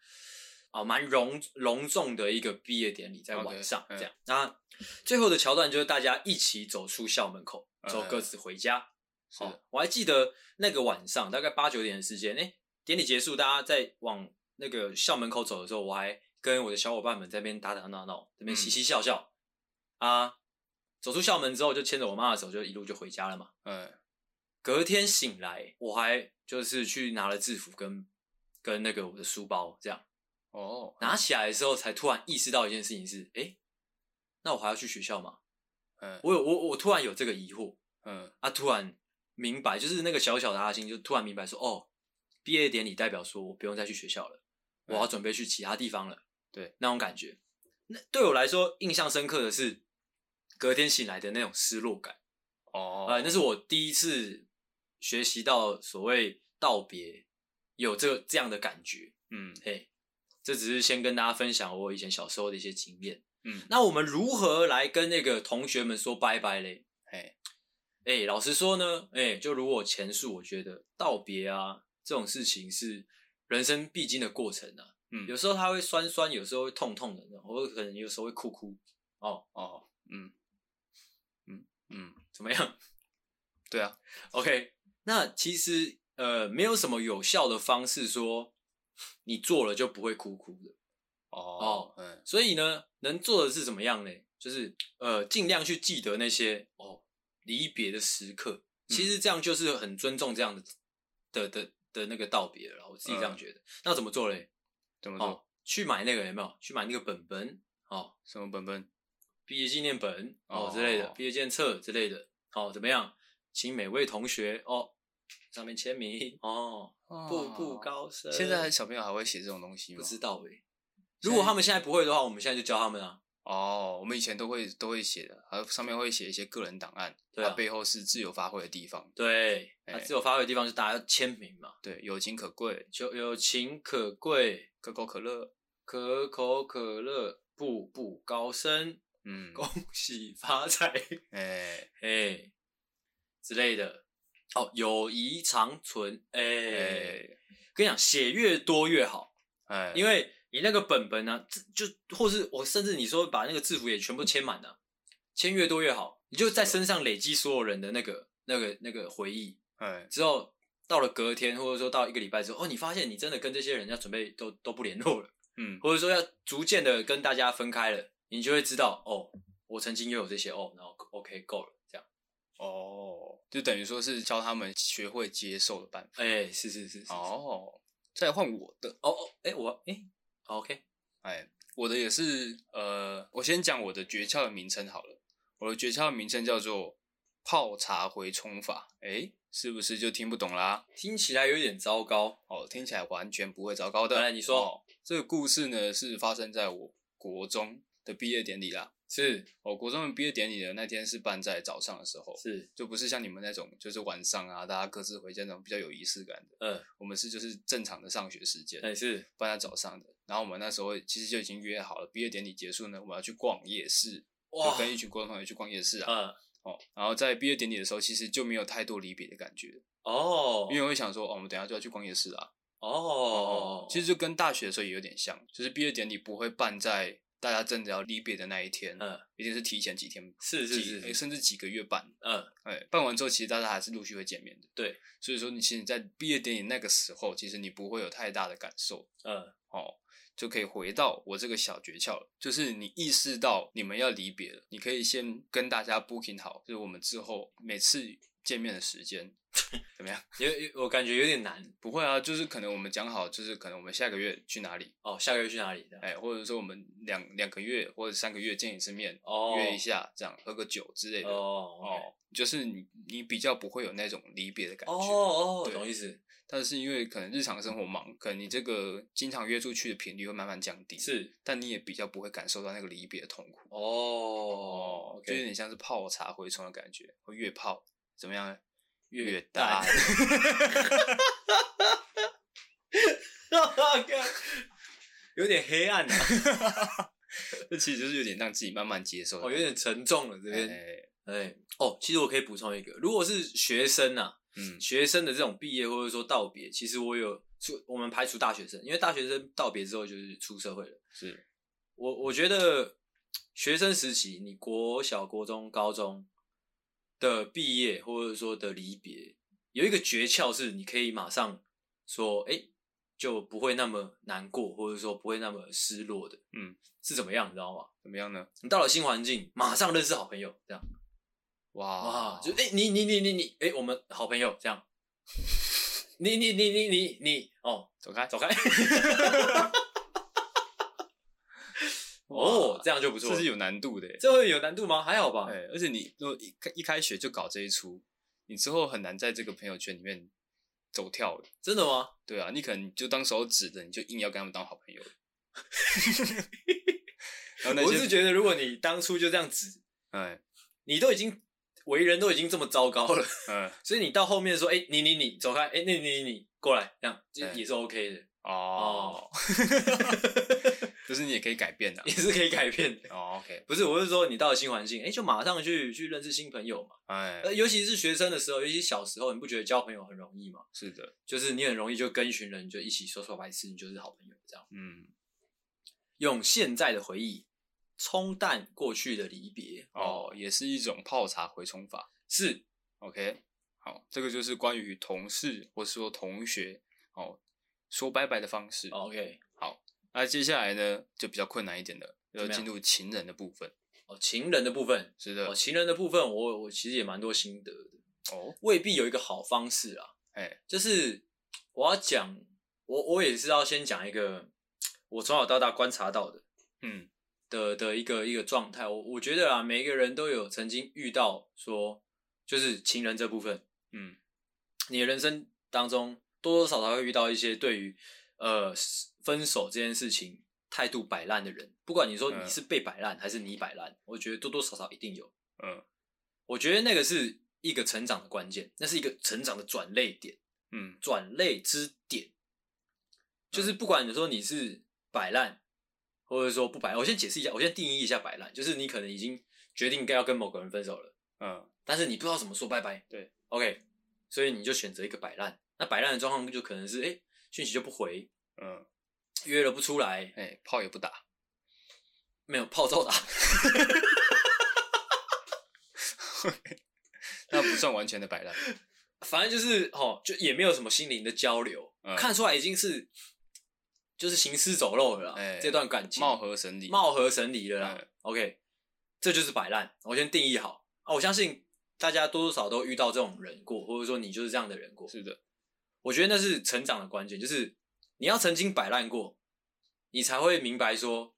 Speaker 2: 啊蛮隆隆重的一个毕业典礼，在晚上
Speaker 1: OK，嗯
Speaker 2: 这样。那最后的桥段就是大家一起走出校门口，走
Speaker 1: 嗯
Speaker 2: 各自回家。
Speaker 1: 是
Speaker 2: 哦，我还记得那个晚上大概八九点的时间，哎、典礼结束，大家在往那个校门口走的时候，我还跟我的小伙伴们在那边打打闹闹，这边
Speaker 1: 嗯
Speaker 2: 嘻嘻笑笑、啊。走出校门之后，就牵着我妈的手，就一路就回家了嘛。
Speaker 1: 嗯
Speaker 2: 隔天醒来，我还就是去拿了制服跟跟那个我的书包，这样
Speaker 1: 哦，
Speaker 2: 拿起来的时候，才突然意识到一件事情是，哎、那我还要去学校吗？
Speaker 1: 嗯
Speaker 2: 我有我我突然有这个疑惑，
Speaker 1: 嗯
Speaker 2: 啊，突然明白，就是那个小小的阿星，就突然明白说，哦，毕业典礼代表说我不用再去学校了，我要准备去其他地方了，
Speaker 1: 对，
Speaker 2: 那种感觉。那对我来说，印象深刻的是隔天醒来的那种失落感。
Speaker 1: 哦，
Speaker 2: 呃，那是我第一次学习到所谓道别有这个这样的感觉。
Speaker 1: 嗯
Speaker 2: 嘿，这只是先跟大家分享我以前小时候的一些经验。
Speaker 1: 嗯，
Speaker 2: 那我们如何来跟那个同学们说拜拜嘞？
Speaker 1: 哎
Speaker 2: 哎、老实说呢，哎、就如我前述，我觉得道别啊这种事情是人生必经的过程啊。
Speaker 1: 嗯
Speaker 2: 有时候它会酸酸，有时候会痛痛的，然后可能有时候会哭哭。哦，
Speaker 1: 哦嗯嗯嗯，
Speaker 2: 怎么样
Speaker 1: 对啊，
Speaker 2: ？OK，那其实呃，没有什么有效的方式说你做了就不会哭哭的。
Speaker 1: 哦嗯
Speaker 2: 所以呢，能做的是怎么样呢？就是呃，尽量去记得那些哦离别的时刻。其
Speaker 1: 嗯
Speaker 2: 实这样就是很尊重这样的的的的那个道别了啦，我自己这样觉得。那怎么做嘞？
Speaker 1: 嗯怎么
Speaker 2: 哦
Speaker 1: 做？，
Speaker 2: 去买那个有没有？去买那个本本哦，
Speaker 1: 什么本本？
Speaker 2: 毕业纪念本哦
Speaker 1: 哦
Speaker 2: 之类的，毕业纪念册之类的。哦，怎么样？请每位同学哦上面签名哦，步步。高升。
Speaker 1: 现在小朋友还哦会写这种东西
Speaker 2: 不
Speaker 1: 吗？
Speaker 2: 知道哎、如果他们现在不会的话，我们现在就教他们啊。
Speaker 1: 哦，我们以前都会都会写的，还有上面会写一些个人档案，
Speaker 2: 对啊
Speaker 1: 它背后是自由发挥的地方，
Speaker 2: 对，那
Speaker 1: 哎
Speaker 2: 自由发挥的地方是大家要签名嘛，
Speaker 1: 对，友情可贵，
Speaker 2: 就有情可贵，
Speaker 1: 可口可乐，
Speaker 2: 可口可乐步步高升，
Speaker 1: 嗯，
Speaker 2: 恭喜发财，
Speaker 1: 哎
Speaker 2: 哎之类的。哦，友谊长存，哎、
Speaker 1: 哎
Speaker 2: 跟你讲，写越多越好，
Speaker 1: 哎，
Speaker 2: 因
Speaker 1: 为
Speaker 2: 为你那个本本呢、这就或是我甚至你说把那个制服也全部签满了、签越多越好，你就在身上累积所有人的那个、那个、那个回忆，
Speaker 1: 哎
Speaker 2: 之后到了隔天，或者说到一个礼拜之后，哦，你发现你真的跟这些人要准备都都不联络了，
Speaker 1: 嗯
Speaker 2: 或者说要逐渐的跟大家分开了，你就会知道哦，我曾经拥有这些哦，然后 OK 够了，这样，
Speaker 1: 哦，就等于说是教他们学会接受的办法。
Speaker 2: 哎、是是是是，哦
Speaker 1: 哦，再换我的，
Speaker 2: 哦，哎、我哎、好 OK，
Speaker 1: 哎，我的也是，呃，我先讲我的诀窍的名称好了。我的诀窍的名称叫做泡茶回冲法，哎，是不是就听不懂啦？
Speaker 2: 听起来有点糟糕，
Speaker 1: 哦，听起来完全不会糟糕的。
Speaker 2: 来你说
Speaker 1: 哦这个故事呢，是发生在我国中的毕业典礼啦。
Speaker 2: 是
Speaker 1: 我、国中的毕业典礼的那天是办在早上的时候，
Speaker 2: 是，
Speaker 1: 就不是像你们那种就是晚上啊，大家各自回家那种比较有仪式感的。
Speaker 2: 嗯，
Speaker 1: 我们是就是正常的上学时间，
Speaker 2: 哎、是，
Speaker 1: 办在早上的。然后我们那时候其实就已经约好了，毕业典礼结束呢，我们要去逛夜市，
Speaker 2: 哇
Speaker 1: 就，跟一群国中同学去逛夜市啊。
Speaker 2: 嗯，
Speaker 1: 哦，然后在毕业典礼的时候，其实就没有太多离别的感觉，
Speaker 2: 哦，
Speaker 1: 因为会想说，哦，我们等一下就要去逛夜市啦。
Speaker 2: 哦，
Speaker 1: 其实就跟大学的时候也有点像，就是毕业典礼不会办在大家真的要离别的那一天，
Speaker 2: 嗯，
Speaker 1: 一定是提前几天，
Speaker 2: 是是
Speaker 1: 几
Speaker 2: 是
Speaker 1: 诶
Speaker 2: 是，
Speaker 1: 甚至几个月办。
Speaker 2: 嗯，
Speaker 1: 哎，办完之后，其实大家还是陆续会见面的。
Speaker 2: 对，
Speaker 1: 所以说你其实，在毕业典礼那个时候，其实你不会有太大的感受
Speaker 2: 嗯，
Speaker 1: 哦，就可以回到我这个小诀窍了，就是你意识到你们要离别了，你可以先跟大家 booking 好，就是我们之后每次见面的时 间怎么样？
Speaker 2: 有有，我感觉有点难，
Speaker 1: 不会啊，就是可能我们讲好，就是可能我们下个月去哪里，
Speaker 2: 哦，下个月去哪里？这样
Speaker 1: 哎，或者说我们两两个月或者三个月见一次面，
Speaker 2: 哦，
Speaker 1: 约一下，这样喝个酒之类的。
Speaker 2: 哦，OK
Speaker 1: 哦就是你你比较不会有那种离别的感觉。
Speaker 2: 哦哦，
Speaker 1: 对
Speaker 2: 懂意思，
Speaker 1: 但是因为可能日常生活忙，可能你这个经常约出去的频率会慢慢降低，，
Speaker 2: 是
Speaker 1: 但你也比较不会感受到那个离别的痛苦。
Speaker 2: 哦
Speaker 1: 就有
Speaker 2: ，OK，
Speaker 1: 点像是泡茶回冲的感觉，会越泡怎么样呢？
Speaker 2: 越
Speaker 1: 大
Speaker 2: 淡。 有点黑暗 啊，
Speaker 1: 这 其实就是有点让自己慢慢接受。
Speaker 2: 哦，有点沉重了这边。哎、
Speaker 1: 哎
Speaker 2: 哦，其实我可以补充一个，如果是学生啊，
Speaker 1: 嗯
Speaker 2: 学生的这种毕业或者说道别，其实我有除我们排除大学生，因为大学生道别之后就是出社会了。
Speaker 1: 是
Speaker 2: 我我觉得学生时期，你国小、国中、高中的毕业或者说的离别，有一个诀窍是，你可以马上说，哎、就不会那么难过，或者说不会那么失落的。
Speaker 1: 嗯，
Speaker 2: 是怎么样，你知道吗？
Speaker 1: 怎么样呢？
Speaker 2: 你到了新环境，马上认识好朋友，这样
Speaker 1: 哇啊
Speaker 2: 哇，就哎、诶你你你你你，哎、我们好朋友 这样。你你你你你你哦，
Speaker 1: 走开
Speaker 2: 走开！
Speaker 1: 哇
Speaker 2: 哦，这样就不错
Speaker 1: 这
Speaker 2: 了。
Speaker 1: 是有难度的耶。
Speaker 2: 这会有难度吗？还好吧。
Speaker 1: 哎，而且你如果一开一开学就搞这一出，你之后很难在这个朋友圈里面走跳了。
Speaker 2: 真的吗？
Speaker 1: 对啊，你可能就当手指的，你就硬要跟他们当好朋友。 然后那
Speaker 2: 我
Speaker 1: 些
Speaker 2: 是觉得，如果你当初就这样子，
Speaker 1: 哎
Speaker 2: 你都已经为人都已经这么糟糕了，
Speaker 1: 嗯
Speaker 2: 所以你到后面说，哎、你你你走开，哎、那你你你过来，这样这
Speaker 1: 哎
Speaker 2: 也是 OK 的，
Speaker 1: 哦，就是你也可以改变的啊
Speaker 2: 也是可以改变的。
Speaker 1: 哦。OK，
Speaker 2: 不是，我是说，你到了新环境，哎、就马上去去认识新朋友嘛。
Speaker 1: 哎，
Speaker 2: 呃，尤其是学生的时候，尤其小时候，你不觉得交朋友很容易吗？
Speaker 1: 是的，
Speaker 2: 就是你很容易就跟一群人就一起说说白痴，你就是好朋友这样。
Speaker 1: 嗯，
Speaker 2: 用现在的回忆冲淡过去的离别。
Speaker 1: 哦，，也是一种泡茶回冲法。
Speaker 2: 是
Speaker 1: OK，好，这个就是关于同事或是说同学哦说拜拜的方式。
Speaker 2: 哦 OK。
Speaker 1: 那接下来呢就比较困难一点的，要
Speaker 2: 怎么样
Speaker 1: 进入情人的部分。
Speaker 2: 哦，情人的部分，
Speaker 1: 是的
Speaker 2: 哦，，情人的部分我我其实也蛮多心得的，
Speaker 1: 哦，
Speaker 2: 未必有一个好方式啊。
Speaker 1: 哎，
Speaker 2: 就是我要讲，我我也是要先讲一个我从小到大观察到的
Speaker 1: 嗯，
Speaker 2: 的的一个一个状态。我我觉得啊，每一个人都有曾经遇到说，就是情人这部分，
Speaker 1: 嗯，
Speaker 2: 你的人生当中多多少少会遇到一些对于呃分手这件事情态度摆烂的人，不管你说
Speaker 1: 嗯
Speaker 2: 你是被摆烂还是你摆烂，我觉得多多少少一定有。
Speaker 1: 嗯，
Speaker 2: 我觉得那个是一个成长的关键，那是一个成长的转捩点，
Speaker 1: 嗯，
Speaker 2: 转捩之点，就是不管你说你是摆烂，或者说不摆烂，我先解释一下，我先定义一下摆烂，就是你可能已经决定该要跟某个人分手了，
Speaker 1: 嗯，
Speaker 2: 但是你不知道怎么说拜拜，
Speaker 1: 对
Speaker 2: ，OK，所以你就选择一个摆烂。那摆烂的状况就可能是，哎、讯息就不回，
Speaker 1: 嗯，
Speaker 2: 约了不出来，
Speaker 1: 哎，炮也不打，
Speaker 2: 没有泡照打，
Speaker 1: 那不算完全的摆烂。
Speaker 2: 反正就是哦，就也没有什么心灵的交流，
Speaker 1: 嗯
Speaker 2: 看出来已经是就是行尸走肉了啦、
Speaker 1: 哎
Speaker 2: 这段感情
Speaker 1: 貌合神离，
Speaker 2: 貌合神离了啦。
Speaker 1: 嗯
Speaker 2: OK，这就是摆烂，我先定义好啊。我相信大家多多少少都遇到这种人过，或者说你就是这样的人过。
Speaker 1: 是的，
Speaker 2: 我觉得那是成长的关键，就是你要曾经摆烂过，你才会明白说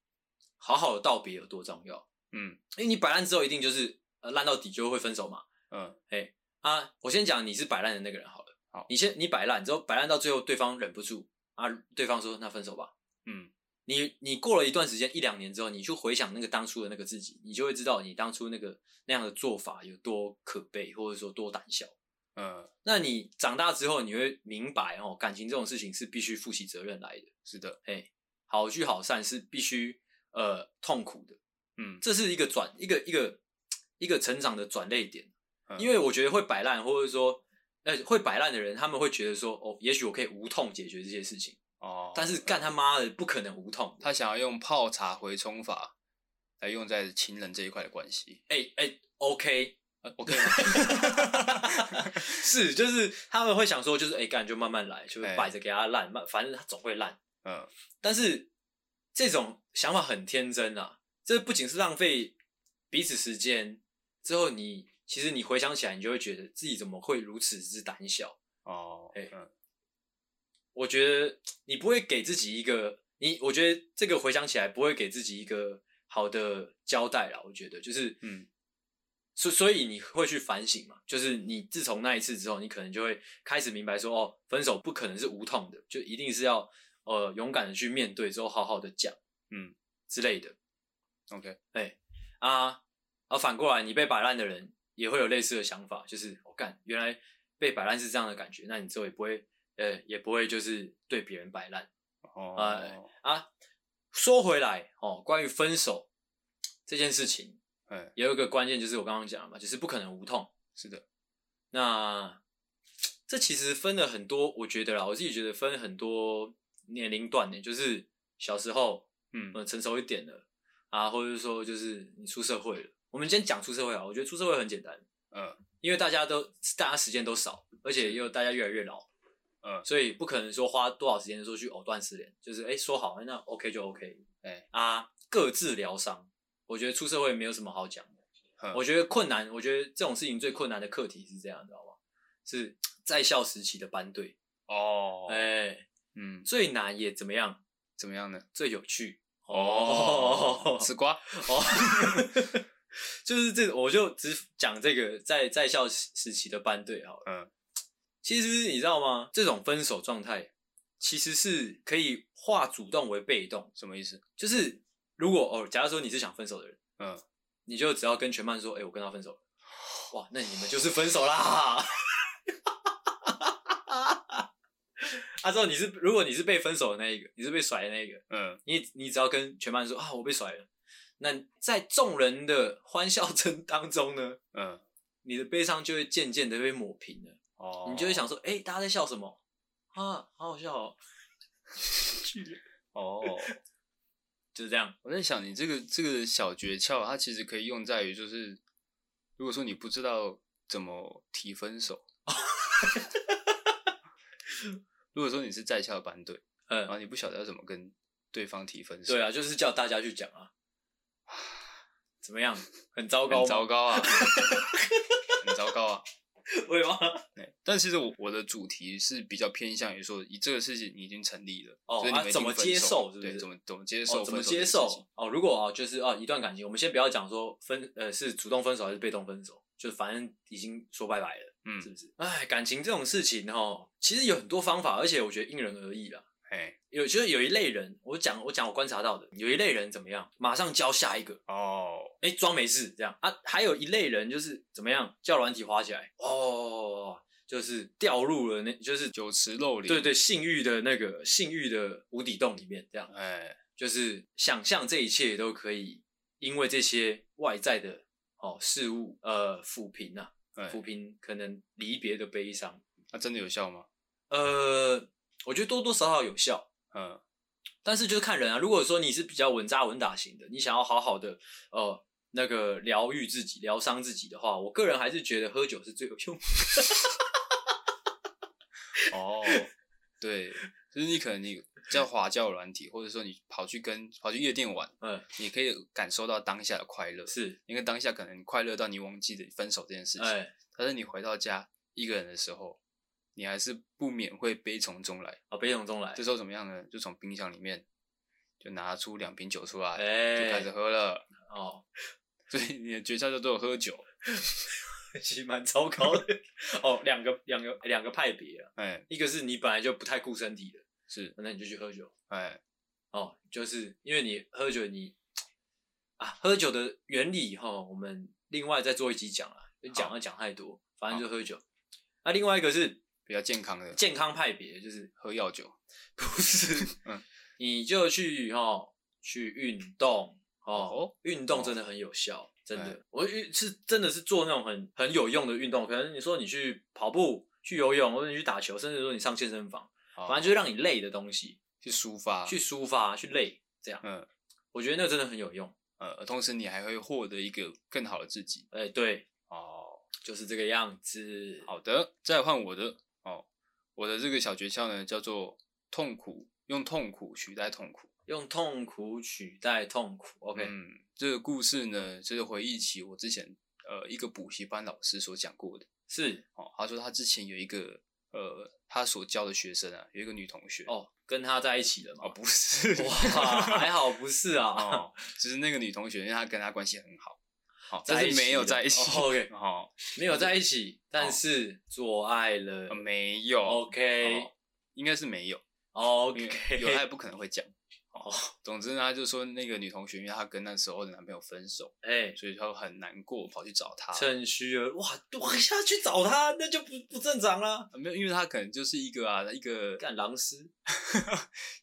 Speaker 2: 好好的道别有多重要。
Speaker 1: 嗯
Speaker 2: 因为你摆烂之后，一定就是呃烂到底就会分手嘛。
Speaker 1: 嗯，
Speaker 2: 啊，我先讲你是摆烂的那个人好了。
Speaker 1: 好
Speaker 2: 你先你摆烂之后，摆烂到最后对方忍不住啊，对方说那分手吧。
Speaker 1: 嗯，
Speaker 2: 你你过了一段时间一两年之后，你去回想那个当初的那个自己，你就会知道你当初那个那样的做法有多可悲，或者说多胆小。
Speaker 1: 嗯，
Speaker 2: 那你长大之后，你会明白哦，感情这种事情是必须负起责任来的，
Speaker 1: 是的，
Speaker 2: 好聚好散是必须呃痛苦的，
Speaker 1: 嗯
Speaker 2: 这是一个转一个一个一个成长的转类点。
Speaker 1: 嗯
Speaker 2: 因为我觉得会摆烂，或者说呃会摆烂的人，他们会觉得说哦，也许我可以无痛解决这些事情，
Speaker 1: 哦，
Speaker 2: 但是干他妈的不可能无痛。
Speaker 1: 他想要用泡茶回冲法来用在情人这一块的关系。
Speaker 2: 哎、哎、o k
Speaker 1: 呃 OK 吗？
Speaker 2: 是，就是他们会想说，就是哎，干、就慢慢来，就是
Speaker 1: 哎
Speaker 2: 摆着给他烂，慢、反正他总会烂。
Speaker 1: 嗯，
Speaker 2: 但是这种想法很天真啊，这不仅是浪费彼此时间，之后你其实你回想起来，你就会觉得自己怎么会如此之胆小。
Speaker 1: 哦，
Speaker 2: 哎
Speaker 1: 嗯
Speaker 2: 我觉得你不会给自己一个你，我觉得这个回想起来不会给自己一个好的交代啦。我觉得就是，
Speaker 1: 嗯，
Speaker 2: 所所以你会去反省嘛？就是你自从那一次之后，你可能就会开始明白说，哦，分手不可能是无痛的，就一定是要呃勇敢的去面对，之后好好的讲，
Speaker 1: 嗯
Speaker 2: 之类的
Speaker 1: ，OK，
Speaker 2: 啊。啊，反过来，你被摆烂的人也会有类似的想法，就是我干、原来被摆烂是这样的感觉，那你之后也不会呃也不会就是对别人摆烂。
Speaker 1: 哦，
Speaker 2: 哎啊，说回来哦，关于分手这件事情，
Speaker 1: 哎，
Speaker 2: 也有一个关键就是我刚刚讲的嘛，就是不可能无痛。
Speaker 1: 是的，
Speaker 2: 那这其实分了很多，我觉得啦，我自己觉得分很多年龄段呢，就是小时候，
Speaker 1: 嗯
Speaker 2: 呃，成熟一点了啊，或者是说就是你出社会了。我们今天讲出社会啊，我觉得出社会很简单，
Speaker 1: 嗯
Speaker 2: 因为大家都大家时间都少，而且又大家越来越老，
Speaker 1: 嗯
Speaker 2: 所以不可能说花多少时间说去藕断丝连，就是哎、诶说好那 OK 就 OK，
Speaker 1: 哎
Speaker 2: 啊各自疗伤。我觉得出社会没有什么好讲的，
Speaker 1: 嗯
Speaker 2: 我觉得困难，我觉得这种事情最困难的课题是这样，你知道吗？是在校时期的班队，
Speaker 1: 哦
Speaker 2: 哎、
Speaker 1: 嗯，
Speaker 2: 最难也怎么样，
Speaker 1: 怎么样呢？
Speaker 2: 最有趣
Speaker 1: 吃瓜，
Speaker 2: 哦，就是这，我就只讲这个在在校时期的班队好了。
Speaker 1: 嗯，
Speaker 2: 其实你知道吗？这种分手状态其实是可以化主动为被动，
Speaker 1: 什么意思？
Speaker 2: 就是如果哦，假如说你是想分手的人，
Speaker 1: 嗯，
Speaker 2: 你就只要跟全班说：“哎、我跟他分手了。”哇，那你们就是分手啦！ 啊，之后你是如果你是被分手的那一个，你是被甩的那一个，
Speaker 1: 嗯，
Speaker 2: 你你只要跟全班说啊，我被甩了。那在众人的欢笑 声当中呢，
Speaker 1: 嗯，
Speaker 2: 你的悲伤就会渐渐的被抹平了。
Speaker 1: 哦，
Speaker 2: 你就会想说，哎、大家在笑什么啊？好好笑哦，
Speaker 1: 哦，
Speaker 2: 就是这样。
Speaker 1: 我在想你这个这个小诀窍，它其实可以用在于就是，如果说你不知道怎么提分手， 如果说你是在校班队，然
Speaker 2: 嗯，
Speaker 1: 后你不晓得要怎么跟对方提分手，
Speaker 2: 对啊，就是叫大家去讲啊。怎么样？很糟糕
Speaker 1: 很
Speaker 2: 吗？
Speaker 1: 糟糕啊，很糟糕啊。
Speaker 2: 为什么？
Speaker 1: 对，但其实我我的主题是比较偏向于说，以这个事情你已经成立了，
Speaker 2: 哦
Speaker 1: 所以你
Speaker 2: 啊
Speaker 1: 们已经
Speaker 2: 怎么
Speaker 1: 分
Speaker 2: 接
Speaker 1: 手
Speaker 2: 受是不
Speaker 1: 对，
Speaker 2: 是
Speaker 1: 怎么怎么接受、
Speaker 2: 哦，怎么
Speaker 1: 分手这
Speaker 2: 接
Speaker 1: 件事情
Speaker 2: 受？哦，如果啊，就是啊，一段感情，我们先不要讲说分，呃，是主动分手还是被动分手，就反正已经说拜拜了，
Speaker 1: 嗯
Speaker 2: 是不是？哎，感情这种事情哦，其实有很多方法，而且我觉得因人而异啦。
Speaker 1: 哎，
Speaker 2: 有就是有一类人，我讲我讲我观察到的，有一类人怎么样，马上教下一个，
Speaker 1: 哦，
Speaker 2: 哎，装没事这样啊。还有一类人就是怎么样，叫软体滑起来，哦，就是掉入了那，就是
Speaker 1: 酒池肉林，
Speaker 2: 对，对性欲的那个性欲的无底洞里面这样。
Speaker 1: 哎，
Speaker 2: 就是想象这一切都可以，因为这些外在的哦事物，呃，抚平啊，
Speaker 1: 哎
Speaker 2: 抚平可能离别的悲伤。
Speaker 1: 那真的有效吗？
Speaker 2: 呃，我觉得多多少少有效，
Speaker 1: 嗯
Speaker 2: 但是就是看人啊。如果说你是比较稳扎稳打型的，你想要好好的呃那个疗愈自己、疗伤自己的话，我个人还是觉得喝酒是最有用。
Speaker 1: 哦，对，就是你可能你叫滑教软体，或者说你跑去跟跑去夜店玩，
Speaker 2: 嗯，
Speaker 1: 你可以感受到当下的快乐，
Speaker 2: 是，
Speaker 1: 因为当下可能快乐到你忘记了分手这件事情，
Speaker 2: 哎、
Speaker 1: 但是你回到家一个人的时候，你还是不免会悲从中来。
Speaker 2: 啊，悲从中来
Speaker 1: 这，时候怎么样呢？就从冰箱里面就拿出两瓶酒出来，
Speaker 2: 哎、
Speaker 1: 就开始喝了。
Speaker 2: 哦，
Speaker 1: 所以你的诀窍就都有喝酒，
Speaker 2: 其实蛮糟糕的。哦，两个两个两个派别啊。
Speaker 1: 哎，
Speaker 2: 一个是你本来就不太顾身体的，
Speaker 1: 是，
Speaker 2: 那你就去喝酒
Speaker 1: 哎，
Speaker 2: 哦，就是因为你喝酒你啊，喝酒的原理哈，我们另外再做一集讲啊，就讲
Speaker 1: 好
Speaker 2: 要讲太多，反正就喝酒。那、另外一个是
Speaker 1: 比较健康的
Speaker 2: 健康派别，就是
Speaker 1: 喝药酒，
Speaker 2: 不是，
Speaker 1: 嗯
Speaker 2: 你就去哦去运动哦
Speaker 1: 哦，
Speaker 2: 运动真的很有效。真
Speaker 1: 哎
Speaker 2: 的，我运是真的是做那种很很有用的运动，可能你说你去跑步、去游泳，或者你去打球，甚至说你上健身房，
Speaker 1: 好
Speaker 2: 反正就是让你累的东西。
Speaker 1: 去抒发，
Speaker 2: 去，抒发、去累，这样，
Speaker 1: 嗯
Speaker 2: 我觉得那真的很有用。
Speaker 1: 呃，同时你还会获得一个更好的自己。
Speaker 2: 哎、对，
Speaker 1: 哦，
Speaker 2: 就是这个样子。
Speaker 1: 好的，再换我的哦，我的这个小诀窍呢，叫做痛苦，用痛苦取代痛苦。
Speaker 2: 用痛苦取代痛苦，OK，、
Speaker 1: 嗯，这个故事呢，就是回忆起我之前呃一个补习班老师所讲过的。
Speaker 2: 是
Speaker 1: 哦，他说他之前有一个呃，他所教的学生啊，有一个女同学
Speaker 2: 哦，跟他在一起了嘛？
Speaker 1: 哦，不是
Speaker 2: 哇，还好不是啊，
Speaker 1: 哦，就是那个女同学，因为她跟他关系很好，好、
Speaker 2: 在
Speaker 1: 但
Speaker 2: 一
Speaker 1: 是
Speaker 2: 起
Speaker 1: 没有
Speaker 2: 了
Speaker 1: 在一起
Speaker 2: 哦，OK
Speaker 1: 哦
Speaker 2: 没有在一起，但是做爱了
Speaker 1: 呃没有
Speaker 2: o k
Speaker 1: 哦应该是没有
Speaker 2: o
Speaker 1: 哦因为
Speaker 2: k
Speaker 1: 有他也不可能会讲，哦，总之呢，他就说那个女同学，因为她跟那时候的男朋友分手，
Speaker 2: 哎、
Speaker 1: 所以她很难过，跑去找他。
Speaker 2: 趁虚而入哇，我一下去找他，那就不不正常啦。
Speaker 1: 啊没有，因为他可能就是一个啊，一个
Speaker 2: 干狼师，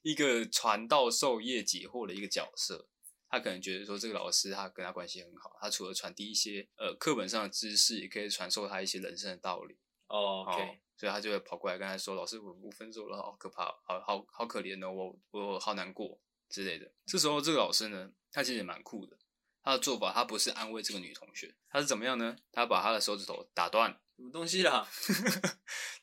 Speaker 1: 一个传道授业解惑的一个角色。他可能觉得说，这个老师他跟他关系很好，他除了传递一些呃课本上的知识，也可以传授他一些人生的道理。
Speaker 2: 哦，OK，、
Speaker 1: 哦，所以他就会跑过来跟他说：“老师，我我分手了，好可怕，好好好可怜哦，我我好难过之类的。”这时候这个老师呢，他其实也蛮酷的。他的做法，他不是安慰这个女同学，他是怎么样呢？他把她的手指头打断，
Speaker 2: 什么东西啦？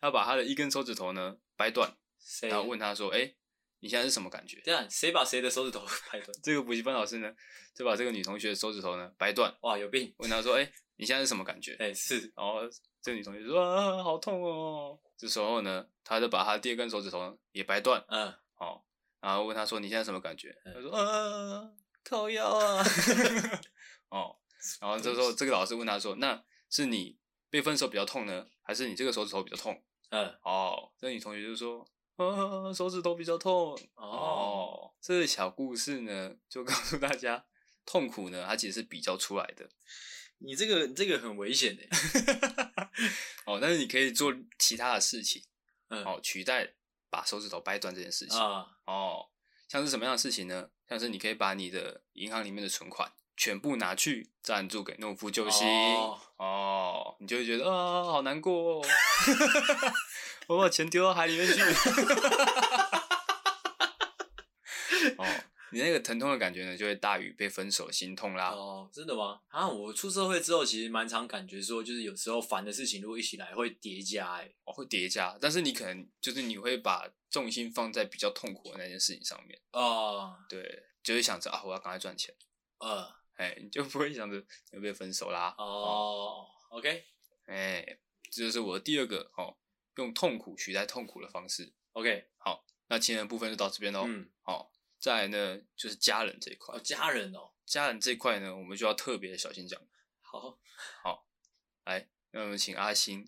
Speaker 1: 他把她的一根手指头呢掰断，
Speaker 2: 谁？
Speaker 1: 然后问她说：“哎、你现在是什么感觉
Speaker 2: 这样谁把谁的手指头 拍断？”？
Speaker 1: 这个补习班老师呢，就把这个女同学的手指头呢掰断，
Speaker 2: 哇，有病！
Speaker 1: 问她说：“哎、你现在是什么感觉？”
Speaker 2: 哎、是
Speaker 1: 然后这个女同学说：“啊，好痛哦。”这时候呢，他就把她第二根手指头呢也掰断，
Speaker 2: 嗯，
Speaker 1: 哦，然后问他说你现在什么感觉？
Speaker 2: 嗯
Speaker 1: 他说啊，靠腰啊，哦，然后这时候这个老师问他说，那是你被分手比较痛呢，还是你这个手指头比较痛？
Speaker 2: 嗯，
Speaker 1: 哦，这女同学就说啊，手指头比较痛。
Speaker 2: 哦，
Speaker 1: 哦，这个小故事呢，就告诉大家，痛苦呢，它其实是比较出来的。
Speaker 2: 你这个你这个很危险 的、
Speaker 1: 哦，但是你可以做其他的事情，
Speaker 2: 嗯，
Speaker 1: 哦，取代把手指头掰断这件事情。
Speaker 2: 啊，
Speaker 1: 哦，像是什么样的事情呢？像是你可以把你的银行里面的存款全部拿去赞助给懦夫救星
Speaker 2: 哦
Speaker 1: 哦你就会觉得啊，好难过、哦， 我把钱丢到海里面去。哦，你那个疼痛的感觉呢，就会大于被分手的心痛啦。
Speaker 2: 哦，真的吗？啊，我出社会之后，其实蛮常感觉说，就是有时候烦的事情如果一起来会叠加、欸，
Speaker 1: 哦，会叠加，但是你可能就是你会把重心放在比较痛苦的那件事情上面，
Speaker 2: 哦，
Speaker 1: 对，就会想着啊，我要赶快赚钱，
Speaker 2: 呃，
Speaker 1: 哎，你就不会想着有被分手啦。
Speaker 2: 哦，OK
Speaker 1: 哎，这就是我的第二个哦，用痛苦取代痛苦的方式。
Speaker 2: OK，
Speaker 1: 那亲人的部分就到这边喽。
Speaker 2: 嗯，
Speaker 1: 哦，再来呢就是家人这一块
Speaker 2: 哦，，家人哦，
Speaker 1: 家人这一块呢，我们就要特别小心讲。
Speaker 2: 好，
Speaker 1: 来，那我们请阿星，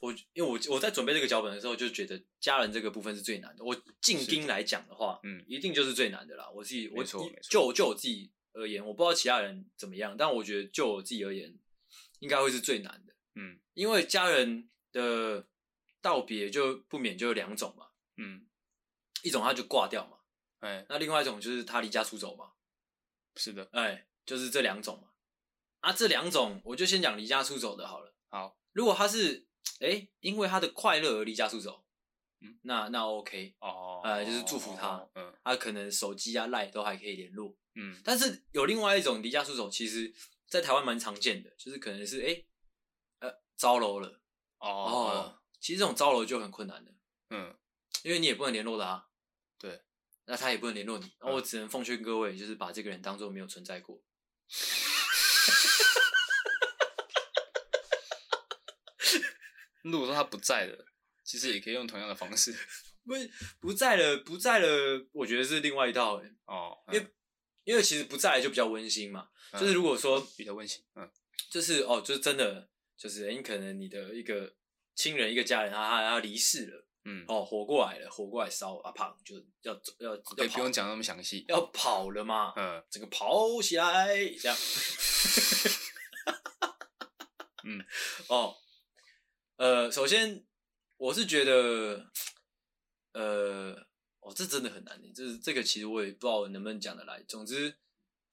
Speaker 2: 我因为我我在准备这个脚本的时候，就觉得家人这个部分是最难的。我进
Speaker 1: 是
Speaker 2: 京来讲的话，
Speaker 1: 嗯
Speaker 2: 一定就是最难的啦。我自己，我
Speaker 1: 没错
Speaker 2: 以
Speaker 1: 没错
Speaker 2: 就我就我自己而言，我不知道其他人怎么样，但我觉得就我自己而言，应该会是最难的，
Speaker 1: 嗯
Speaker 2: 因为家人的道别就不免就有两种嘛，
Speaker 1: 嗯，
Speaker 2: 一种他就挂掉嘛，
Speaker 1: 哎，
Speaker 2: 那另外一种就是他离家出走嘛，
Speaker 1: 是的，
Speaker 2: 哎，就是这两种嘛。啊，这两种我就先讲离家出走的好了。
Speaker 1: 好，
Speaker 2: 如果他是哎、诶因为他的快乐而离家出走，
Speaker 1: 嗯，
Speaker 2: 那那 OK，
Speaker 1: 哦，
Speaker 2: 哎就是祝福他，
Speaker 1: 嗯
Speaker 2: 他、可能手机啊、赖都还可以联络。
Speaker 1: 嗯，
Speaker 2: 但是有另外一种离家出走，其实在台湾蛮常见的，就是可能是哎、诶呃招楼了
Speaker 1: 哦，，
Speaker 2: 其实这种招楼就很困难的，
Speaker 1: 嗯，
Speaker 2: 因为你也不能联络他，
Speaker 1: 对，
Speaker 2: 那他也不能联络你，那
Speaker 1: 嗯
Speaker 2: 我只能奉劝各位，就是把这个人当做没有存在过。
Speaker 1: 如果说他不在了，其实也可以用同样的方式。
Speaker 2: 不不在了，不在了，我觉得是另外一套、诶
Speaker 1: 哦，
Speaker 2: 因为因为其实不在了就比较温馨嘛。
Speaker 1: 嗯
Speaker 2: 就是如果说
Speaker 1: 比较温馨，嗯
Speaker 2: 就是哦，就是真的，就是诶你可能你的一个亲人、一个家人，他他他离世了，
Speaker 1: 嗯，
Speaker 2: 哦，活过来了，活过来烧啊，胖就要走，要要
Speaker 1: 可以
Speaker 2: 跑，
Speaker 1: 不用讲那么详细，
Speaker 2: 要跑了嘛，
Speaker 1: 嗯
Speaker 2: 整个跑起来这样，
Speaker 1: 嗯，
Speaker 2: 哦，呃，首先我是觉得，呃，哦，这真的很难，这这个其实我也不知道能不能讲得来。总之，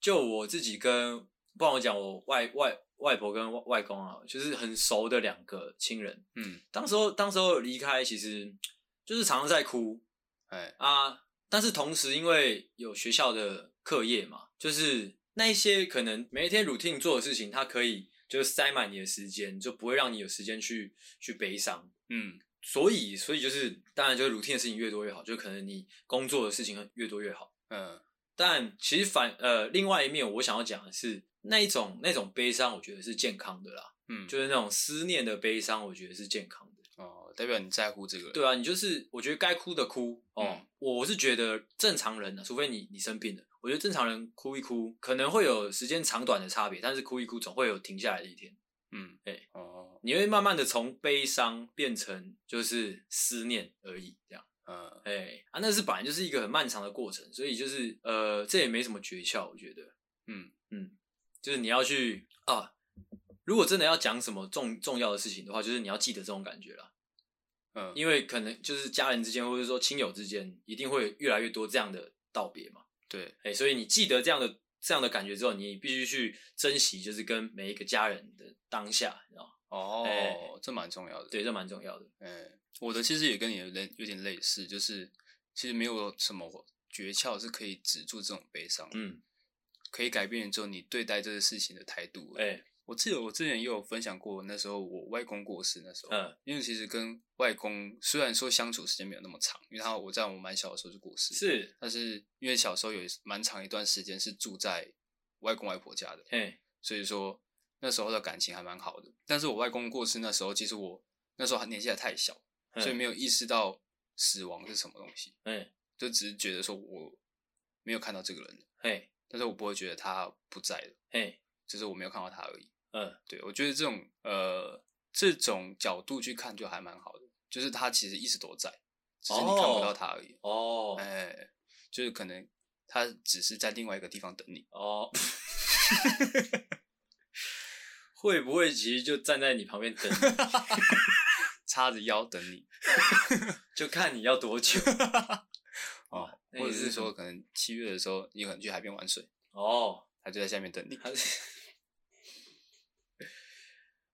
Speaker 2: 就我自己跟，不然我讲我外外外婆跟外外公啊，就是很熟的两个亲人，
Speaker 1: 嗯，
Speaker 2: 当时候当时候离开，其实就是常常在哭，
Speaker 1: 哎，
Speaker 2: 啊，但是同时因为有学校的课业嘛，就是那一些可能每一天 routine 做的事情，它可以就是塞满你的时间，就不会让你有时间去去悲伤。
Speaker 1: 嗯
Speaker 2: 所以，所以就是当然就是 routine 的事情越多越好，就可能你工作的事情越多越好。
Speaker 1: 嗯
Speaker 2: 但其实反呃，另外一面我想要讲的是那一种那种悲伤，我觉得是健康的啦，
Speaker 1: 嗯，
Speaker 2: 就是那种思念的悲伤，我觉得是健康的。
Speaker 1: 哦，代表你在乎这个人，
Speaker 2: 对啊，你就是我觉得该哭的哭哦。
Speaker 1: 嗯
Speaker 2: 我是觉得正常人啊，除非你你生病了，我觉得正常人哭一哭，可能会有时间长短的差别，但是哭一哭总会有停下来的一天。
Speaker 1: 嗯，
Speaker 2: 哎
Speaker 1: 哦，
Speaker 2: 你会慢慢的从悲伤变成就是思念而已，这样。
Speaker 1: 嗯，
Speaker 2: 哎、啊，那是本来就是一个很漫长的过程，所以就是呃，这也没什么诀窍，我觉得，
Speaker 1: 嗯
Speaker 2: 嗯，就是你要去啊，如果真的要讲什么重重要的事情的话，就是你要记得这种感觉啦，
Speaker 1: 嗯，
Speaker 2: 因为可能就是家人之间或者说亲友之间，一定会越来越多这样的道别嘛，
Speaker 1: 对，
Speaker 2: 哎、所以你记得这样的这样的感觉之后，你必须去珍惜，就是跟每一个家人的当下，你知道吗？
Speaker 1: 哦，
Speaker 2: 哎
Speaker 1: 这蛮重要的。
Speaker 2: 对，这蛮重要的，
Speaker 1: 嗯，我的其实也跟你有类有点类似，就是其实没有什么诀窍是可以止住这种悲伤，
Speaker 2: 嗯，
Speaker 1: 可以改变的只有你对待这个事情的态度。
Speaker 2: 哎、，
Speaker 1: 我记得我之前也有分享过，那时候我外公过世那时候，
Speaker 2: 嗯，
Speaker 1: 因为其实跟外公虽然说相处时间没有那么长，因为他我在我蛮小的时候就过世，，
Speaker 2: 是，
Speaker 1: 但是因为小时候有蛮长一段时间是住在外公外婆家的，
Speaker 2: 哎、
Speaker 1: 所以说那时候的感情还蛮好的。但是我外公过世那时候，其实我那时候还年纪还太小，
Speaker 2: 嗯
Speaker 1: 所以没有意识到死亡是什么东西，
Speaker 2: 哎、
Speaker 1: 就只是觉得说我没有看到这个人，
Speaker 2: 哎、
Speaker 1: 但是我不会觉得他不在了，
Speaker 2: 哎、
Speaker 1: 只是我没有看到他而已。
Speaker 2: 嗯。
Speaker 1: 对我觉得这种呃这种角度去看就还蛮好的，就是他其实一直都在，只是你看不到他而已。
Speaker 2: 哦
Speaker 1: 哎、就是可能他只是在另外一个地方等你。
Speaker 2: 哦， 会不会其实就站在你旁边等你，
Speaker 1: 叉着腰等你
Speaker 2: 就看你要多久？
Speaker 1: 哦，
Speaker 2: 那
Speaker 1: 或者
Speaker 2: 也
Speaker 1: 是
Speaker 2: 是
Speaker 1: 说可能七月的时候，你可能去海边玩水，
Speaker 2: 哦，
Speaker 1: 他就在下面等 你。
Speaker 2: 还是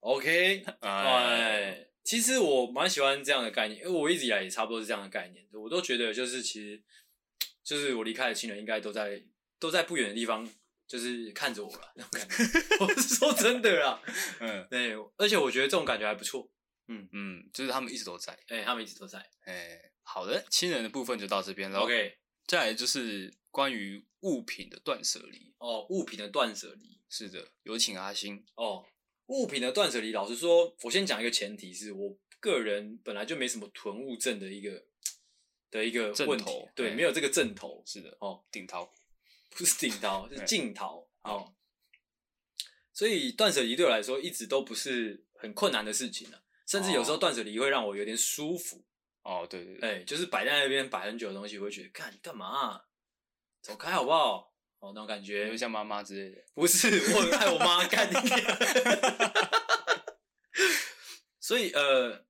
Speaker 2: OK，
Speaker 1: 哎，
Speaker 2: 哎，其实我蛮喜欢这样的概念，因为我一直以来也差不多是这样的概念，我都觉得就是其实就是我离开的亲人应该都在都在不远的地方，就是看着我了。那种感觉我是说真的啦，
Speaker 1: 嗯
Speaker 2: 对，而且我觉得这种感觉还不错，
Speaker 1: 嗯，就是他们一直都在。
Speaker 2: 哎、他们一直都在。
Speaker 1: 哎、好的，亲人的部分就到这边了。
Speaker 2: OK，
Speaker 1: 再来就是关于物品的断舍离。
Speaker 2: 哦，物品的断舍离，
Speaker 1: 是的，有请阿星。
Speaker 2: 哦，物品的断舍离，老实说，我先讲一个前提是，我个人本来就没什么囤物症的一个的一个
Speaker 1: 症
Speaker 2: 问题
Speaker 1: 头，
Speaker 2: 对，
Speaker 1: 哎
Speaker 2: 没有这个症头，
Speaker 1: 是的，
Speaker 2: 哦，
Speaker 1: 顶涛。
Speaker 2: 不是顶刀，是
Speaker 1: 哎
Speaker 2: 镜头哦。所以断舍离对我来说一直都不是很困难的事情啊，甚至有时候
Speaker 1: 哦
Speaker 2: 断舍离会让我有点舒服，
Speaker 1: 哦，对对对，
Speaker 2: 哎、就是摆在那边摆很久的东西，我会觉得，干你干嘛啊、走开好不好？哦，那种感
Speaker 1: 比
Speaker 2: 觉
Speaker 1: 如像妈妈之类的。
Speaker 2: 不是，我很爱我妈干你娘。所以呃，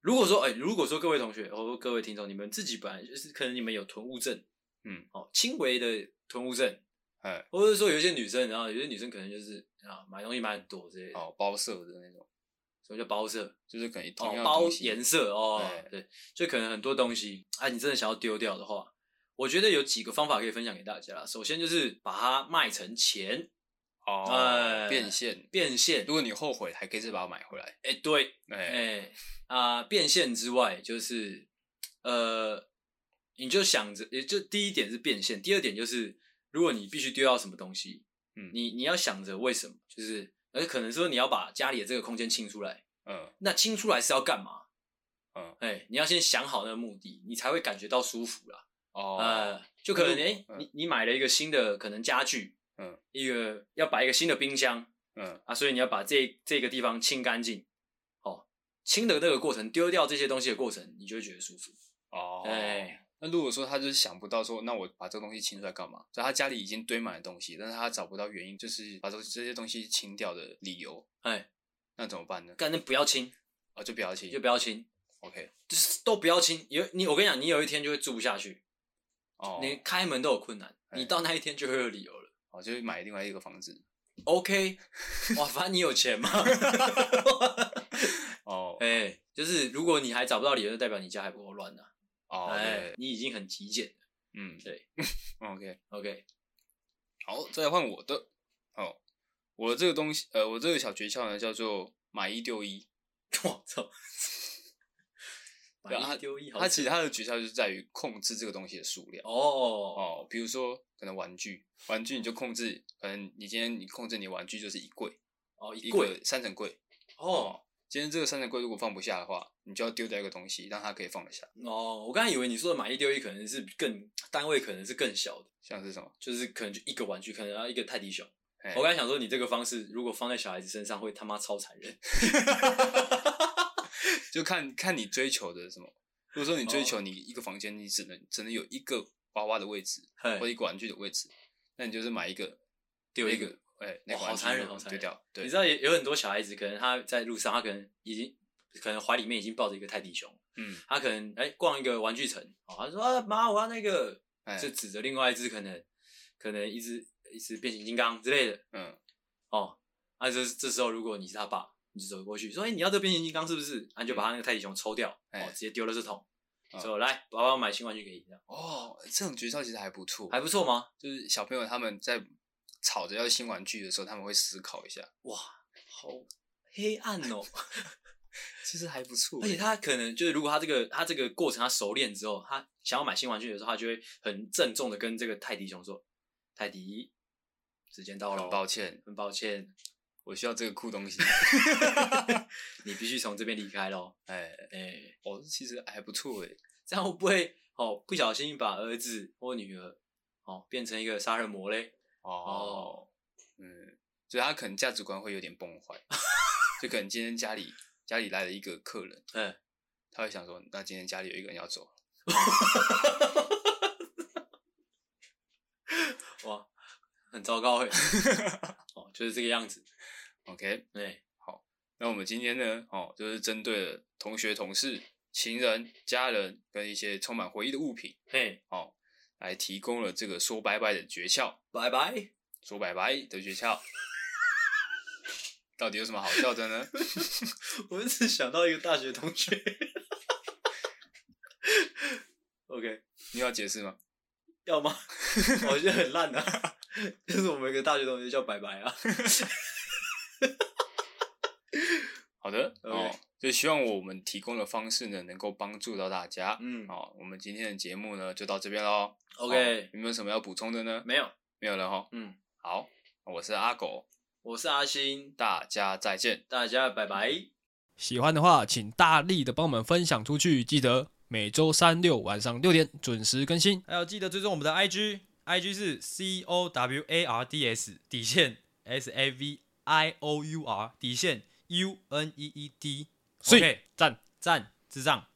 Speaker 2: 如果说哎、如果说各位同学或各位听众，你们自己本来就是可能你们有囤物症，
Speaker 1: 嗯，
Speaker 2: 哦，轻微的囤物症，
Speaker 1: 哎，
Speaker 2: 或者说有一些女生，然后有些女生可能就是啊买东西买很多之类的，
Speaker 1: 哦，包色的那种，
Speaker 2: 什么叫包色？
Speaker 1: 就是可能同
Speaker 2: 哦
Speaker 1: 样，的
Speaker 2: 包
Speaker 1: 东西
Speaker 2: 颜色哦
Speaker 1: 哎，
Speaker 2: 对，就可能很多东西，啊，你真的想要丢掉的话，我觉得有几个方法可以分享给大家啦。首先就是把它卖成钱，
Speaker 1: 哦
Speaker 2: 哎
Speaker 1: 变现。
Speaker 2: 变现
Speaker 1: 如，果你后悔，还可以再把它买回来。
Speaker 2: 哎、对，
Speaker 1: 哎，
Speaker 2: 哎啊、变现之外，就是呃，你就想着，也就第一点是变现，第二点就是，如果你必须丢掉什么东西，
Speaker 1: 嗯
Speaker 2: 你你要想着为什么，就是而可能说你要把家里的这个空间清出来，
Speaker 1: 嗯
Speaker 2: 那清出来是要干嘛？
Speaker 1: 嗯，
Speaker 2: 哎、你要先想好那个目的，你才会感觉到舒服啦。
Speaker 1: 哦，
Speaker 2: 呃，就可能
Speaker 1: 那
Speaker 2: 哎、
Speaker 1: 如嗯
Speaker 2: 你你买了一个新的可能家具，
Speaker 1: 嗯，
Speaker 2: 一个要摆一个新的冰箱，
Speaker 1: 嗯
Speaker 2: 啊，所以你要把这这个地方清干净，哦，清的那个过程，丢掉这些东西的过程，你就会觉得舒服。
Speaker 1: 哦，
Speaker 2: 哎
Speaker 1: 那如果说他就是想不到说，那我把这个东西清出来干嘛？所以他家里已经堆满了东西，但是他找不到原因，就是把这这些东西清掉的理由，
Speaker 2: 哎，
Speaker 1: 那怎么办呢？
Speaker 2: 干那不要清，
Speaker 1: 啊，就不要清，
Speaker 2: 就不要清，
Speaker 1: OK。
Speaker 2: 就是都不要清。有你，我跟你讲，你有一天就会住不下去，
Speaker 1: 哦，
Speaker 2: 你开门都有困难，
Speaker 1: 哎
Speaker 2: 你到那一天就会有理由了。
Speaker 1: 哦，就是买另外一个房子。
Speaker 2: OK，哇，反正你有钱嘛。
Speaker 1: 哦，
Speaker 2: 哎、就是如果你还找不到理由，就代表你家还不够乱呢、
Speaker 1: 哦，
Speaker 2: 哎、
Speaker 1: 对，
Speaker 2: 你已经很极简了。
Speaker 1: 嗯，
Speaker 2: 对
Speaker 1: ，OK。
Speaker 2: OK，
Speaker 1: 好，再来换我的。哦，我的这个东西，呃，我这个小诀窍呢，叫做买一丢一。
Speaker 2: 我操，
Speaker 1: 对啊
Speaker 2: 买一丢一好扯，
Speaker 1: 它其实它的诀窍就是在于控制这个东西的数量。
Speaker 2: 哦
Speaker 1: 哦，比如说可能玩具，玩具你就控制，可能你今天你控制你的玩具就是一柜，
Speaker 2: 哦一
Speaker 1: 一
Speaker 2: 柜
Speaker 1: 个三层柜。
Speaker 2: 哦。
Speaker 1: 今天这个三层柜如果放不下的话，你就要丢掉一个东西，让它可以放得下，
Speaker 2: 哦，我刚才以为你说的买一丢一可能是更单位，可能是更小的，
Speaker 1: 像是什么？
Speaker 2: 就是可能就一个玩具，可能要一个泰迪熊。
Speaker 1: 哎
Speaker 2: 我刚才想说，你这个方式如果放在小孩子身上，会他妈超残忍。
Speaker 1: 就看看你追求的什么如果说
Speaker 2: 哦
Speaker 1: 你追求你一个房间，你只能只能有一个娃娃的位置
Speaker 2: 嘿
Speaker 1: 或者一个玩具的位置，那你就是买一个
Speaker 2: 丢
Speaker 1: 那
Speaker 2: 一
Speaker 1: 个，哎，那
Speaker 2: 哇
Speaker 1: 个玩
Speaker 2: 好
Speaker 1: 具
Speaker 2: 残忍
Speaker 1: 就
Speaker 2: 好残
Speaker 1: 丢
Speaker 2: 忍
Speaker 1: 掉。对
Speaker 2: 你知，道有有很多小孩子，可能他在路上，他可能已经可能怀里面已经抱着一个泰迪熊，
Speaker 1: 嗯，
Speaker 2: 他可能哎、逛一个玩具城，哦，他说啊妈，我要那个，
Speaker 1: 哎
Speaker 2: 就，指着另外一只可能可能一只一只变形金刚之类的
Speaker 1: 嗯，
Speaker 2: 哦，啊这这时候如果你是他爸，你就走过去说哎、你要这变形金刚是不是？啊你就把他那个泰迪熊抽掉，
Speaker 1: 嗯哎
Speaker 2: 哦直接丢了这桶，
Speaker 1: 嗯
Speaker 2: 说来爸爸我买新玩具给你，这样
Speaker 1: 哦，这种绝招其实还不错，
Speaker 2: 还不错吗？
Speaker 1: 就是小朋友他们在吵着要新玩具的时候，他们会思考一下，
Speaker 2: 哇，好黑暗 哦。
Speaker 1: 其实还不错欸。
Speaker 2: 而且他可能就是，如果他这个他这个过程他熟练之后，他想要买新玩具的时候，他就会很郑重的跟这个泰迪熊说：“泰迪，时间到了，
Speaker 1: 很哦抱歉，
Speaker 2: 很抱歉，
Speaker 1: 我需要这个酷 东西。
Speaker 2: 你必须从这边离开咯。
Speaker 1: 哎，
Speaker 2: 哎、
Speaker 1: 哦，其实还不错欸诶。
Speaker 2: 这样会不会哦不小心把儿子或女儿哦变成一个杀人魔嘞？
Speaker 1: 哦，嗯，所以他可能价值观会有点崩坏，就可能今天家里家里来了一个客人，
Speaker 2: 嗯，
Speaker 1: 他会想说，那今天家里有一个人要走，
Speaker 2: 哇，很糟糕哎、哦，就是这个样子。
Speaker 1: OK，
Speaker 2: 哎、
Speaker 1: 那我们今天呢，哦，就是针对了同学、同事、情人、家人跟一些充满回忆的物品，
Speaker 2: 嘿，
Speaker 1: 哦，来提供了这个说拜拜的诀窍，
Speaker 2: 拜拜。
Speaker 1: 说拜拜的诀窍。到底有什么好笑的呢？
Speaker 2: 我只想到一个大学同学。OK，
Speaker 1: 你要解释吗？
Speaker 2: 要吗？ 我觉得很烂啊，就是我们有一个大学同学叫白白啊。
Speaker 1: 好的
Speaker 2: OK
Speaker 1: 哦，就希望我们提供的方式呢，能够帮助到大家。
Speaker 2: 嗯
Speaker 1: 好、我们今天的节目呢就到这边喽。
Speaker 2: ，OK，
Speaker 1: 哦有没有什么要补充的呢？
Speaker 2: 没有，
Speaker 1: 没有了哈。
Speaker 2: 嗯，
Speaker 1: 好，我是阿狗，
Speaker 2: 我是阿星，
Speaker 1: 大家再见。
Speaker 2: 大家拜拜。
Speaker 3: 喜欢的话，请大力的帮我们分享出去。记得每周三六晚上六点准时更新。
Speaker 4: 还有记得追踪我们的 IG，IG 是 C O W A R D S 底线 S A V I O U R 底线 U N E E D。
Speaker 3: 所以
Speaker 4: OK，
Speaker 3: 赞。
Speaker 4: 赞，智障。